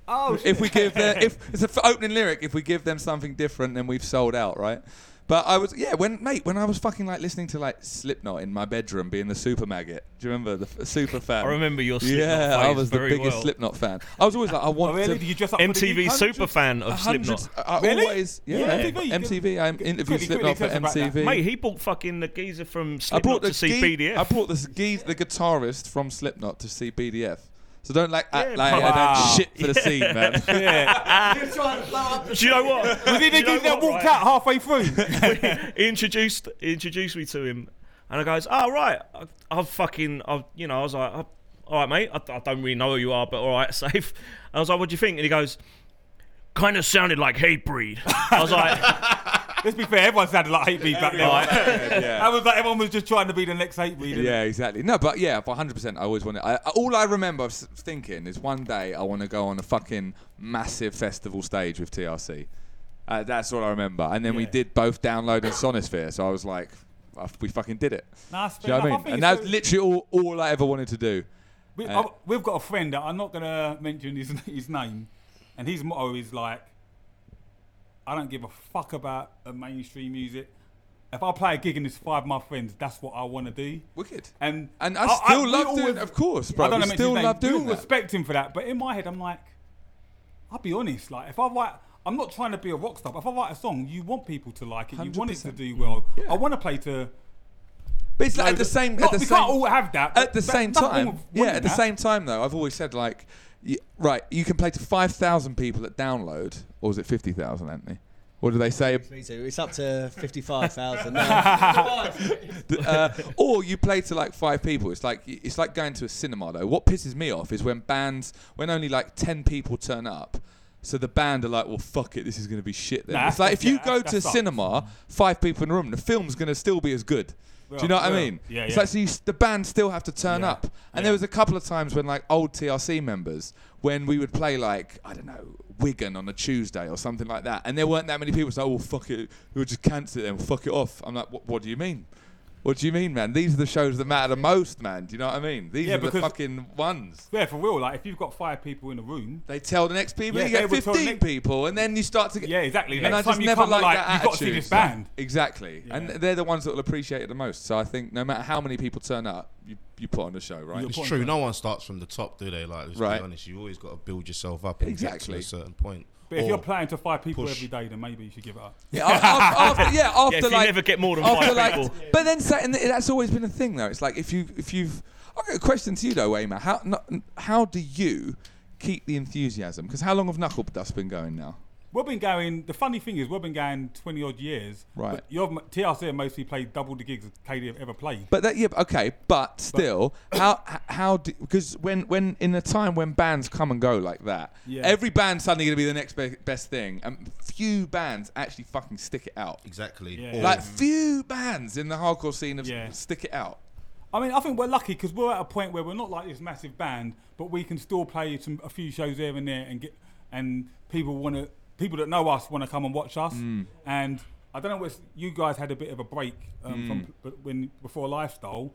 Speaker 3: oh, shit.
Speaker 4: if we give them, if it's an opening lyric, if we give them something different, then we've sold out, right? But I was, yeah, when mate, when I was fucking like listening to like Slipknot in my bedroom, being the super maggot. Do you remember the f- super fan?
Speaker 1: I remember your Slipknot
Speaker 4: Yeah, I
Speaker 1: phase
Speaker 4: was the
Speaker 1: very
Speaker 4: biggest
Speaker 1: well.
Speaker 4: Slipknot fan. I was always like, I want
Speaker 3: Oh, really? Did
Speaker 4: to.
Speaker 3: you dress up? for the
Speaker 1: MTV
Speaker 3: gig?
Speaker 1: superfan of
Speaker 4: Hundreds,
Speaker 1: Slipknot.
Speaker 4: I
Speaker 3: Really?
Speaker 4: always, yeah,
Speaker 3: Yeah, MTV, you
Speaker 4: MTV. I interviewed
Speaker 3: quickly,
Speaker 4: Slipknot for
Speaker 3: quickly tell us about
Speaker 4: MTV.
Speaker 1: Mate, he bought fucking the geezer from
Speaker 4: I
Speaker 1: Slipknot
Speaker 4: brought the
Speaker 1: to see
Speaker 4: gee-
Speaker 1: BDF.
Speaker 4: I brought the gee- the guitarist from Slipknot to see BDF. So don't like act
Speaker 1: Yeah,
Speaker 4: like I
Speaker 3: wow.
Speaker 4: don't shit for the scene, man.
Speaker 3: Yeah. [laughs]
Speaker 1: Do [laughs] you know what?
Speaker 3: Was
Speaker 1: Do
Speaker 3: he the
Speaker 1: you know
Speaker 3: dude
Speaker 1: what,
Speaker 3: that walked
Speaker 1: right?
Speaker 3: out halfway
Speaker 4: [laughs]
Speaker 3: through?
Speaker 1: he [laughs] introduced he introduced me to him, and I goes, "Oh right, I, I fucking, I, you know, I was like, "Oh, all right, mate, I, I don't really know who you are, but all right, [laughs] safe." I was like, "What do you think?" And he goes, "Kind of sounded like hate breed." I was
Speaker 4: [laughs]
Speaker 1: like,
Speaker 3: Let's be fair, everyone sounded like hate beat back then. Right? [laughs]
Speaker 4: yeah.
Speaker 3: I was like, everyone was just trying to be the next hate beat.
Speaker 4: Yeah, exactly. No, but yeah, for 100%, I always wanted. I, I- all I remember s- thinking is one day I want to go on a fucking massive festival stage with TRC. Uh, that's all I remember. And then we did both download and Sonosphere, so I was like, uh, we fucking did it.
Speaker 3: Nah,
Speaker 4: Do you know what I mean? And that's literally all, all I ever wanted to do.
Speaker 3: we,
Speaker 4: uh,
Speaker 3: I, we've got a friend that I'm not gonna mention his [laughs] his name, and his motto is like, I don't give a fuck about uh, mainstream music. If I play a gig and it's five of my friends, that's what I want to do.
Speaker 4: Wicked.
Speaker 3: And
Speaker 4: And I still
Speaker 3: we
Speaker 4: love doing-
Speaker 3: always-
Speaker 4: of course, bro,
Speaker 3: I don't
Speaker 4: we
Speaker 3: know
Speaker 4: still love
Speaker 3: We
Speaker 4: doing
Speaker 3: all
Speaker 4: that.
Speaker 3: respect him for that, but in my head, I'm like, I'll be honest. Like, if I write, I'm not trying to be a rock star. But if I write a song, you want people to like it. You want it to
Speaker 4: 100%.
Speaker 3: do well.
Speaker 4: Yeah.
Speaker 3: I want to play to.
Speaker 4: But it's like at the
Speaker 3: loads of-
Speaker 4: same.
Speaker 3: Not-
Speaker 4: at the
Speaker 3: we
Speaker 4: same,
Speaker 3: can't all have that.
Speaker 4: At
Speaker 3: but-
Speaker 4: the
Speaker 3: but
Speaker 4: same
Speaker 3: nothing wrong
Speaker 4: time,
Speaker 3: with
Speaker 4: yeah.
Speaker 3: wanting
Speaker 4: At the
Speaker 3: that.
Speaker 4: same time, though, I've always said like, y right, you can play to 5,000 people at download, or was it 50,000, Anthony? What do they say?
Speaker 6: Me too. It's up to
Speaker 3: [laughs]
Speaker 6: 55,000 now.
Speaker 4: uh, or you play to like five people. It's like it's like going to a cinema though. What pisses me off is when bands when only like ten people turn up. So the band are like, well, fuck it, this is going to be shit. Then
Speaker 3: Nah,
Speaker 4: it's like
Speaker 3: that's-
Speaker 4: if you
Speaker 3: yeah,
Speaker 4: go
Speaker 3: that-
Speaker 4: to
Speaker 3: that sucks.
Speaker 4: cinema, five people in a room, the film's going to still be as good. Do you know what I
Speaker 3: Yeah.
Speaker 4: mean?
Speaker 3: Yeah,
Speaker 4: it's
Speaker 3: yeah.
Speaker 4: like so you, s- the band still have to turn
Speaker 3: Yeah.
Speaker 4: up. And there was a couple of times when like old TRC members, when we would play like I don't know Wigan on a Tuesday or something like that, and there weren't that many people. So oh fuck it, we'll just cancel it and fuck it off. I'm like, what, what do you mean? What do you mean, man? These are the shows that matter the most, man. Do you know what I mean? These
Speaker 3: Yeah,
Speaker 4: are the
Speaker 3: because-
Speaker 4: fucking ones.
Speaker 3: Yeah, for real. Like, if you've got five people in a room,
Speaker 4: They tell the next people,
Speaker 3: Yeah,
Speaker 4: you
Speaker 3: they
Speaker 4: get
Speaker 3: will tell the
Speaker 4: 15
Speaker 3: next-
Speaker 4: people, and then you start to get.
Speaker 3: Yeah, exactly.
Speaker 4: And
Speaker 3: Next
Speaker 4: I just
Speaker 3: time you
Speaker 4: never
Speaker 3: come,
Speaker 4: like
Speaker 3: like,
Speaker 4: that
Speaker 3: "You've got to see
Speaker 4: attitude.
Speaker 3: this band."
Speaker 4: Exactly. And
Speaker 3: Yeah.
Speaker 4: they're the ones that will appreciate it the most. So I think no matter how many people turn up, you, you put on a show, right?
Speaker 3: You're-
Speaker 5: It's true. No one starts from the top, do they? Like, let's
Speaker 4: Right.
Speaker 5: be honest. You always got to build yourself up and
Speaker 4: Exactly.
Speaker 5: get to a certain point.
Speaker 3: but if
Speaker 5: Or-
Speaker 3: you're playing to five people
Speaker 5: push.
Speaker 3: every day, then maybe you should give it up.
Speaker 4: Yeah, af-
Speaker 3: [laughs]
Speaker 4: af- after, yeah,
Speaker 1: Yeah,
Speaker 4: after
Speaker 1: if you
Speaker 4: like,
Speaker 1: never get more than
Speaker 4: after
Speaker 1: five
Speaker 4: like,
Speaker 1: people.
Speaker 4: but then sa- and that's always been a thing though. It's like if you if you've I got a question to you though, Waymer. How not, how do you keep the enthusiasm? Because how long have Knuckle Dust been going now?
Speaker 3: We've been going. The funny thing is, we've been going twenty odd years.
Speaker 4: Right.
Speaker 3: But Your TRC have mostly played double the gigs KD have ever played.
Speaker 4: But that yeah, but- okay, but still, how h- how do because when when in a time when bands come and go like that,
Speaker 3: Yeah.
Speaker 4: every band's suddenly going to be the next be- best thing, and few bands actually fucking stick it out.
Speaker 5: Exactly.
Speaker 3: Yeah.
Speaker 5: Or-
Speaker 4: Like few bands in the hardcore scene have
Speaker 3: Yeah.
Speaker 4: stick it out.
Speaker 3: I mean, I think we're lucky because we're at a point where we're not like this massive band, but we can still play some a few shows here and there, and get and people want to people that know us want to come and watch us.
Speaker 4: Hmm.
Speaker 3: And I don't know what you guys had a bit of a break um, from
Speaker 4: Hmm.
Speaker 3: but when before lifestyle.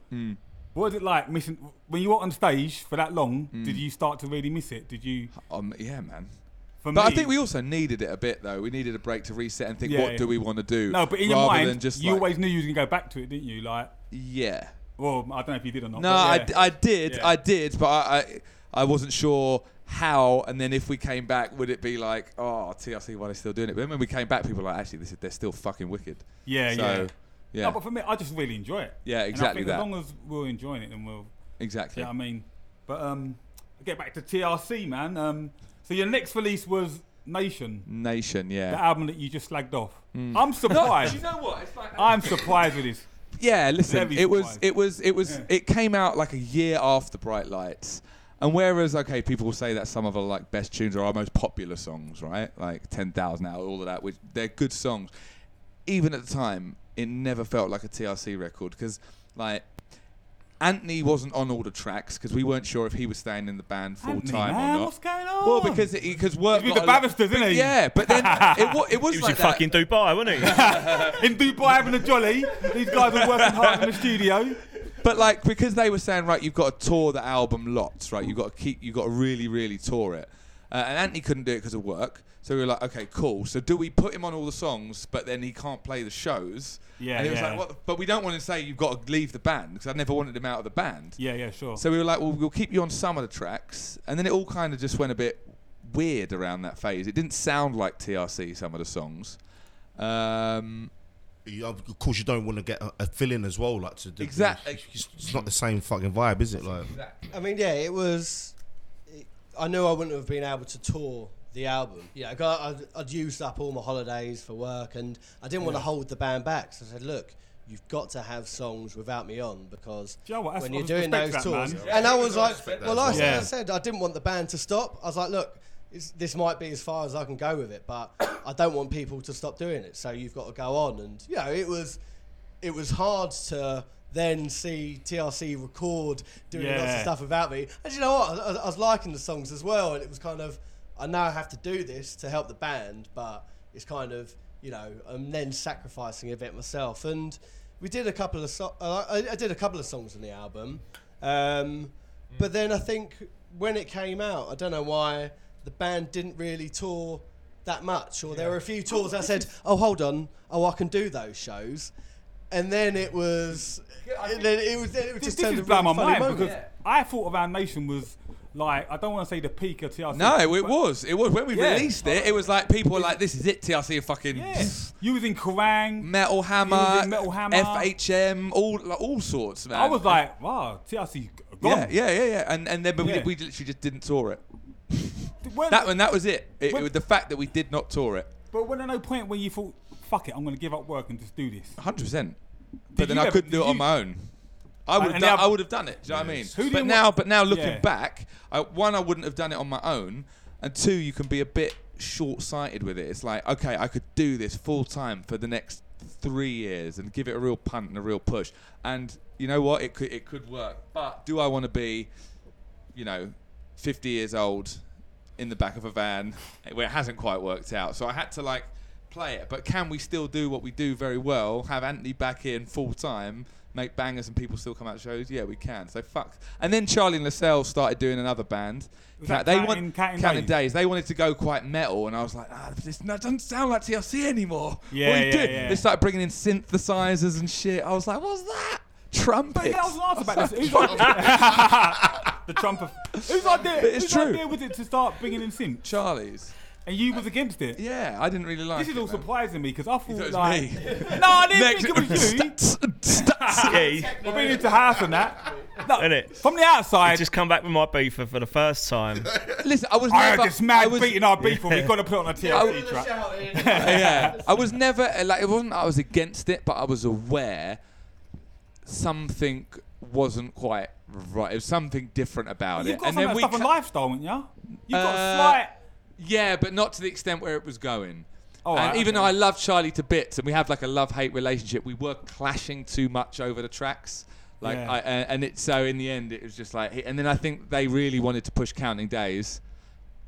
Speaker 3: What was it like missing when you were on stage for that long?
Speaker 4: Hmm.
Speaker 3: Did you start to really miss it? Did you?
Speaker 4: Um, yeah, man.
Speaker 3: For
Speaker 4: But
Speaker 3: me,
Speaker 4: I think we also needed it a bit, though. We needed a break to reset and think,
Speaker 3: Yeah,
Speaker 4: what
Speaker 3: yeah.
Speaker 4: do we want to do?
Speaker 3: no, but in your
Speaker 4: rather
Speaker 3: mind,
Speaker 4: than just
Speaker 3: you
Speaker 4: like-
Speaker 3: always knew you was gonna go back to it, didn't you? Like,
Speaker 4: yeah.
Speaker 3: well, I don't know if you did or not.
Speaker 4: No,
Speaker 3: but
Speaker 4: I
Speaker 3: yeah.
Speaker 4: d I I, did,
Speaker 3: Yeah.
Speaker 4: I did, but I, I, I wasn't sure how. And then if we came back, would it be like, oh, TRC, why are they still doing it? But then when we came back, people were like, actually, this is, they're still fucking wicked.
Speaker 3: Yeah,
Speaker 4: so,
Speaker 3: yeah.
Speaker 4: yeah,
Speaker 3: No, Uh, but for me, I just really enjoy it.
Speaker 4: Yeah,
Speaker 3: And I
Speaker 4: exactly
Speaker 3: think
Speaker 4: that.
Speaker 3: As long as we're enjoying it, then we'll.
Speaker 4: exactly.
Speaker 3: Yeah, I mean, but um, get back to TRC, man. Um, so your next release was Nation,
Speaker 4: Nation, yeah,
Speaker 3: the album that you just slagged off.
Speaker 4: Mm. [laughs]
Speaker 3: I'm surprised.
Speaker 4: know what? It's like
Speaker 3: I'm surprised with this.
Speaker 4: Yeah, listen,
Speaker 3: Very
Speaker 4: it was
Speaker 3: surprised.
Speaker 4: it was it was
Speaker 3: Yeah.
Speaker 4: it came out like a year after Bright Lights. And whereas okay, people will say that some of our like best tunes are our most popular songs, right? Like Ten Thousand Hour, all of that, which they're good songs. Even at the time, it never felt like a TRC record because like Anthony wasn't on all the tracks because we weren't sure if he was staying in the band full
Speaker 3: Anthony,
Speaker 4: time
Speaker 3: man,
Speaker 4: or not.
Speaker 3: what's going on?
Speaker 4: Well, because it, because work
Speaker 3: He's with the
Speaker 4: got a lot-
Speaker 3: Barristers, isn't he?
Speaker 4: Yeah,
Speaker 3: [laughs]
Speaker 4: but then it, wa- it was,
Speaker 1: He was
Speaker 4: like
Speaker 1: in fucking
Speaker 4: that.
Speaker 1: Dubai, wasn't
Speaker 4: [laughs]
Speaker 1: he?
Speaker 3: in Dubai having a jolly, these guys are working hard in the studio.
Speaker 4: But like because they were saying right, you've got to tour the album lots, right? You've got to keep, you've got to really, really tour it. Uh, and Anthony couldn't do it because of work, so we were like, okay, cool. So do we put him on all the songs, but then he can't play the shows?
Speaker 3: Yeah,
Speaker 4: And he was
Speaker 3: yeah.
Speaker 4: like, what? the- But we don't want to say you've got to leave the band because I never wanted him out of the band.
Speaker 3: Yeah, yeah, sure.
Speaker 4: So we were like, well, we'll keep you on some of the tracks, and then it all kind of just went a bit weird around that phase. It didn't sound like TRC some of the songs. Um,
Speaker 5: You- Of course, you don't want to get a, a fill in as well. Like to do
Speaker 4: Exactly.
Speaker 5: It's, it's not the same fucking vibe, is it? Like,
Speaker 6: I mean, yeah, it was. It, I knew I wouldn't have been able to tour the album. Yeah, I got, I'd, I'd used up all my holidays for work, and I didn't want to hold the band back. So I said, "Look, you've got to have songs without me on because
Speaker 3: Do you know what? That's
Speaker 6: when
Speaker 3: what
Speaker 6: you're
Speaker 3: I
Speaker 6: doing
Speaker 3: respect
Speaker 6: those
Speaker 3: that,
Speaker 6: tours."
Speaker 3: man.
Speaker 6: [laughs] And I was like, "Well, I,
Speaker 3: as
Speaker 6: said,
Speaker 3: well.
Speaker 6: I said I didn't want the band to stop. I was like, look." It's, this might be as far as I can go with it, but [coughs] I don't want people to stop doing it. So you've got to go on, and you know it was it was hard to then see TRC record doing lots of
Speaker 3: Yeah.
Speaker 6: stuff without me. And you know what? I, I was liking the songs as well, and it was kind of I now have to do this to help the band, but it's kind of you know I'm then sacrificing a bit myself. And we did a couple of so- uh, I, I did a couple of songs on the album,
Speaker 3: Mm.
Speaker 6: um, but then I think when it came out, I don't know why the band didn't really tour that much, or there were a few tours
Speaker 3: [laughs]
Speaker 6: I said, "Oh, hold on, oh, I can do those shows," and then it was, and then it was, then it was
Speaker 3: This,
Speaker 6: just
Speaker 3: this
Speaker 6: turned
Speaker 3: is
Speaker 6: a
Speaker 3: blowing my
Speaker 6: really funny
Speaker 3: mind
Speaker 6: moment.
Speaker 3: because I thought of our nation was like I don't want to say the peak of TRC.
Speaker 4: no, it,
Speaker 3: but-
Speaker 4: was. It was when we
Speaker 3: Yeah.
Speaker 4: released it. It was like people were like, "This is it, TRC, are fucking
Speaker 3: Yeah, you was in Kerrang.
Speaker 4: Metal Hammer,
Speaker 3: Using Metal Hammer.
Speaker 4: FHM, all like, all sorts, man.
Speaker 3: I was like, wow, TRC gone.
Speaker 4: yeah, yeah, yeah, yeah. And and then but
Speaker 3: Yeah.
Speaker 4: we, we literally just didn't tour it.
Speaker 3: When-
Speaker 4: that and that was it. It,
Speaker 3: When-
Speaker 4: it was the fact that we did not tour it,
Speaker 3: But when at no point when you thought, fuck it, I'm going to give up work and just do this.
Speaker 4: 100. percent But then
Speaker 3: you
Speaker 4: I
Speaker 3: ever-
Speaker 4: couldn't do
Speaker 3: did
Speaker 4: it on
Speaker 3: you-
Speaker 4: my own. I would have
Speaker 3: and
Speaker 4: done,
Speaker 3: now-
Speaker 4: I would have done it. Do you know what I mean?
Speaker 3: Who do you
Speaker 4: but
Speaker 3: wa-
Speaker 4: now, but now looking
Speaker 3: Yeah.
Speaker 4: back, I, one, I wouldn't have done it on my own, and two, you can be a bit short-sighted with it. It's like, okay, I could do this full time for the next three years and give it a real punt and a real push. And you know what? It could it could work. But do I want to be, you know, 50 years old in the back of a van [laughs] where it hasn't quite worked out? So I had to like play it. But can we still do what we do very well? Have Anthony back in full time? Make bangers and people still come out to shows. Yeah, we can. So fuck. And then Charlie and Lascelles started doing another band.
Speaker 3: Was that Cat in- Cat in
Speaker 4: Cat in
Speaker 3: Days?
Speaker 4: days. They wanted to go quite metal, and I was like, ah, this no- doesn't sound like TLC anymore.
Speaker 3: Yeah,
Speaker 4: what are you
Speaker 3: yeah,
Speaker 4: doing?
Speaker 3: yeah.
Speaker 4: They started bringing in synthesizers and shit. I was like, what's that?
Speaker 3: But
Speaker 4: Trumpets.
Speaker 3: yeah, I was laughing about
Speaker 4: [laughs]
Speaker 3: this. Who's idea- [laughs] the Trump of whose idea?
Speaker 4: But it's
Speaker 3: whose
Speaker 4: true.
Speaker 3: idea was it to start bringing in synth?
Speaker 4: Charlie's.
Speaker 3: And you was against it.
Speaker 4: Yeah, I didn't really like.
Speaker 3: This is
Speaker 4: it,
Speaker 3: all
Speaker 4: man.
Speaker 3: surprising me because I thought,
Speaker 4: thought it was
Speaker 3: like, [laughs]
Speaker 4: me.
Speaker 3: no, I didn't
Speaker 4: Next-
Speaker 3: think it was
Speaker 4: [laughs]
Speaker 3: you. [laughs]
Speaker 1: Yeah,
Speaker 3: We're being into house and that. No,
Speaker 1: Innit?
Speaker 3: from the outside,
Speaker 1: just come back with my beaver for the first time.
Speaker 4: Listen, I was
Speaker 3: I
Speaker 4: never.
Speaker 3: heard this mad
Speaker 4: I was,
Speaker 3: beating our beef, and we've got to put it on a TLC track.
Speaker 4: [laughs] yeah, I was never uh, like it wasn't. I was against it, but I was aware something wasn't quite right. It was something different about
Speaker 3: You've
Speaker 4: it.
Speaker 3: got some of that stuff on
Speaker 4: ca-
Speaker 3: lifestyle, haven't you? You've got
Speaker 4: Uh,
Speaker 3: a slight.
Speaker 4: Yeah, but not to the extent where it was going.
Speaker 3: Oh,
Speaker 4: and
Speaker 3: right,
Speaker 4: even
Speaker 3: okay.
Speaker 4: though I love Charlie to bits and we have like a love hate relationship, we were clashing too much over the tracks. Like,
Speaker 3: Yeah.
Speaker 4: I, and and it so in the end it was just like, and then I think they really wanted to push Counting Days,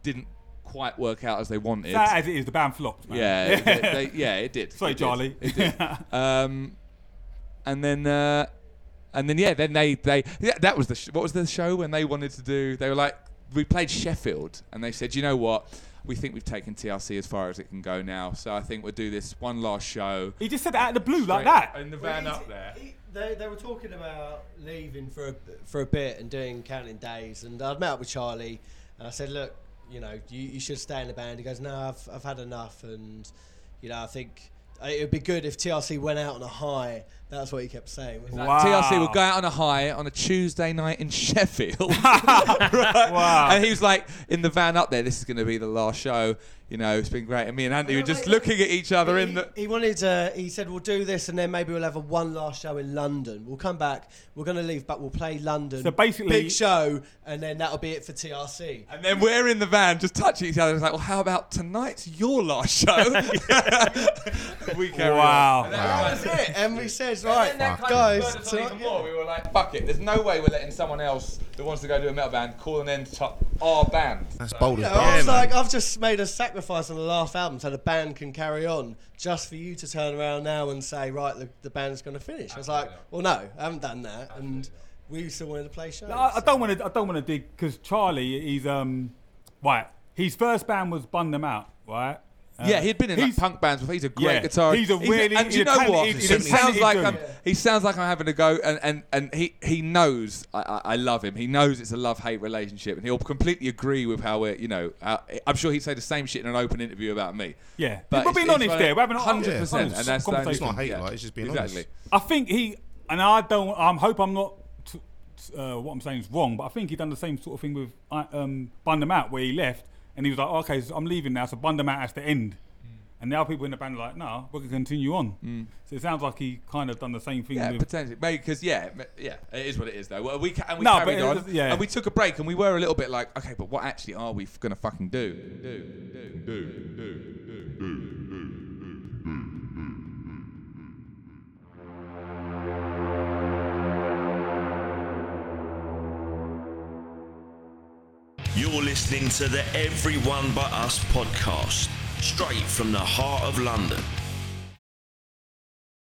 Speaker 4: didn't quite work out as they wanted.
Speaker 3: That as it is, the band flopped, man.
Speaker 4: yeah,
Speaker 3: [laughs]
Speaker 4: it- they- yeah, it did.
Speaker 3: Sorry,
Speaker 4: It did.
Speaker 3: Charlie.
Speaker 4: [laughs] Um, and then, uh, and then yeah, then they they yeah, that was the sh- what was the show when they wanted to do? They were like, we played Sheffield, and they said, you know what? We think we've taken TLC as far as it can go now, so I think we'll do this one last show.
Speaker 3: he just said that out of the blue like that.
Speaker 4: in the van up there.
Speaker 6: They, they were talking about leaving for a, for a bit and doing counting days, and I'd met up with Charlie, and I said, "Look, you know, you, you should stay in the band." He goes, "No, I've I've had enough, and you know, I think uh, it would be good if TRC went out on a high." That's what he kept saying. wasn't it?
Speaker 3: Wow.
Speaker 4: TLC will go out on a high on a Tuesday night
Speaker 3: [laughs]
Speaker 4: in Sheffield. [laughs]
Speaker 3: Wow.
Speaker 4: And he was like, in the van up there, this is going to be the last show. You know, it's been great. And me and Anthony were just looking at each other in the.
Speaker 6: He wanted to. He said, "We'll do this, and then maybe we'll have a one last show in London. We'll come back. We're going to leave, but we'll play London.
Speaker 3: So basically-
Speaker 6: big show, and then that'll be it for TRC."
Speaker 4: And then we're in the van just touching each other. It's like, well, how about tonight's your last show?
Speaker 3: [laughs]
Speaker 4: [laughs] we carry on.
Speaker 3: Wow.
Speaker 4: And then we
Speaker 6: That's
Speaker 4: went-
Speaker 6: it. And we says,
Speaker 4: Right,
Speaker 6: "Right, guys,
Speaker 4: guys.
Speaker 6: tonight-
Speaker 4: even more. We were like, fuck it. There's no way we're letting someone else that wants to go do a metal band call an end to our band.
Speaker 5: That's bold as
Speaker 6: You know, I was
Speaker 5: balls.
Speaker 6: like, I've just made a sacrifice on the last album so the band can carry on, just for you to turn around now and say, right, the, the band's going to finish. I was like, well, no, I haven't done that, and we still wanted to play shows.
Speaker 3: I, I don't want to. I don't want to dig because Charlie, he's um, right. His first band was Bun Them Out, right? Uh,
Speaker 4: Yeah, he'd been in like
Speaker 3: he's-
Speaker 4: punk bands before. He's a great
Speaker 3: Yeah,
Speaker 4: guitarist.
Speaker 3: he's a really-
Speaker 4: and
Speaker 3: he's
Speaker 4: you
Speaker 3: a
Speaker 4: know what?
Speaker 3: talented-
Speaker 4: He
Speaker 3: he's a
Speaker 4: sounds
Speaker 3: talented
Speaker 4: like
Speaker 3: dude.
Speaker 4: I'm, he sounds like I'm having a go, and and, and he he knows I, I, I love him. He knows it's a love hate relationship, and he'll completely agree with how we're you know. Uh, I'm sure he'd say the same shit in an open interview about me.
Speaker 3: Yeah. We're being honest there. We're having a-
Speaker 4: hundred percent,
Speaker 3: Yeah.
Speaker 4: and that's the
Speaker 3: Conversation.
Speaker 4: only
Speaker 3: It's not
Speaker 4: thing,
Speaker 5: hate, like, it's just being
Speaker 4: exactly.
Speaker 5: honest.
Speaker 3: I think he and I don't. I hope I'm not. T- t- uh, what I'm saying is wrong, but I think he done the same sort of thing with uh, um, Bun Them Out, where he left and he was like, "Okay, so I'm leaving now, so Bun Them Out has to end."
Speaker 4: Mm.
Speaker 3: And now people in the band are like, "No, we can continue on." So it sounds like he kind of done the same thing.
Speaker 4: Yeah,
Speaker 3: with,
Speaker 4: potentially. Maybe because yeah, m- yeah, it is what it is though. Well, we ca- and we
Speaker 3: No,
Speaker 4: carried
Speaker 3: but it
Speaker 4: on,
Speaker 3: was- yeah.
Speaker 4: and we took a break, and we were a little bit like, okay, but what actually are we f- gonna fucking do? Do do do do do.
Speaker 2: You're listening to the Everyone But Us podcast, straight from the heart of London.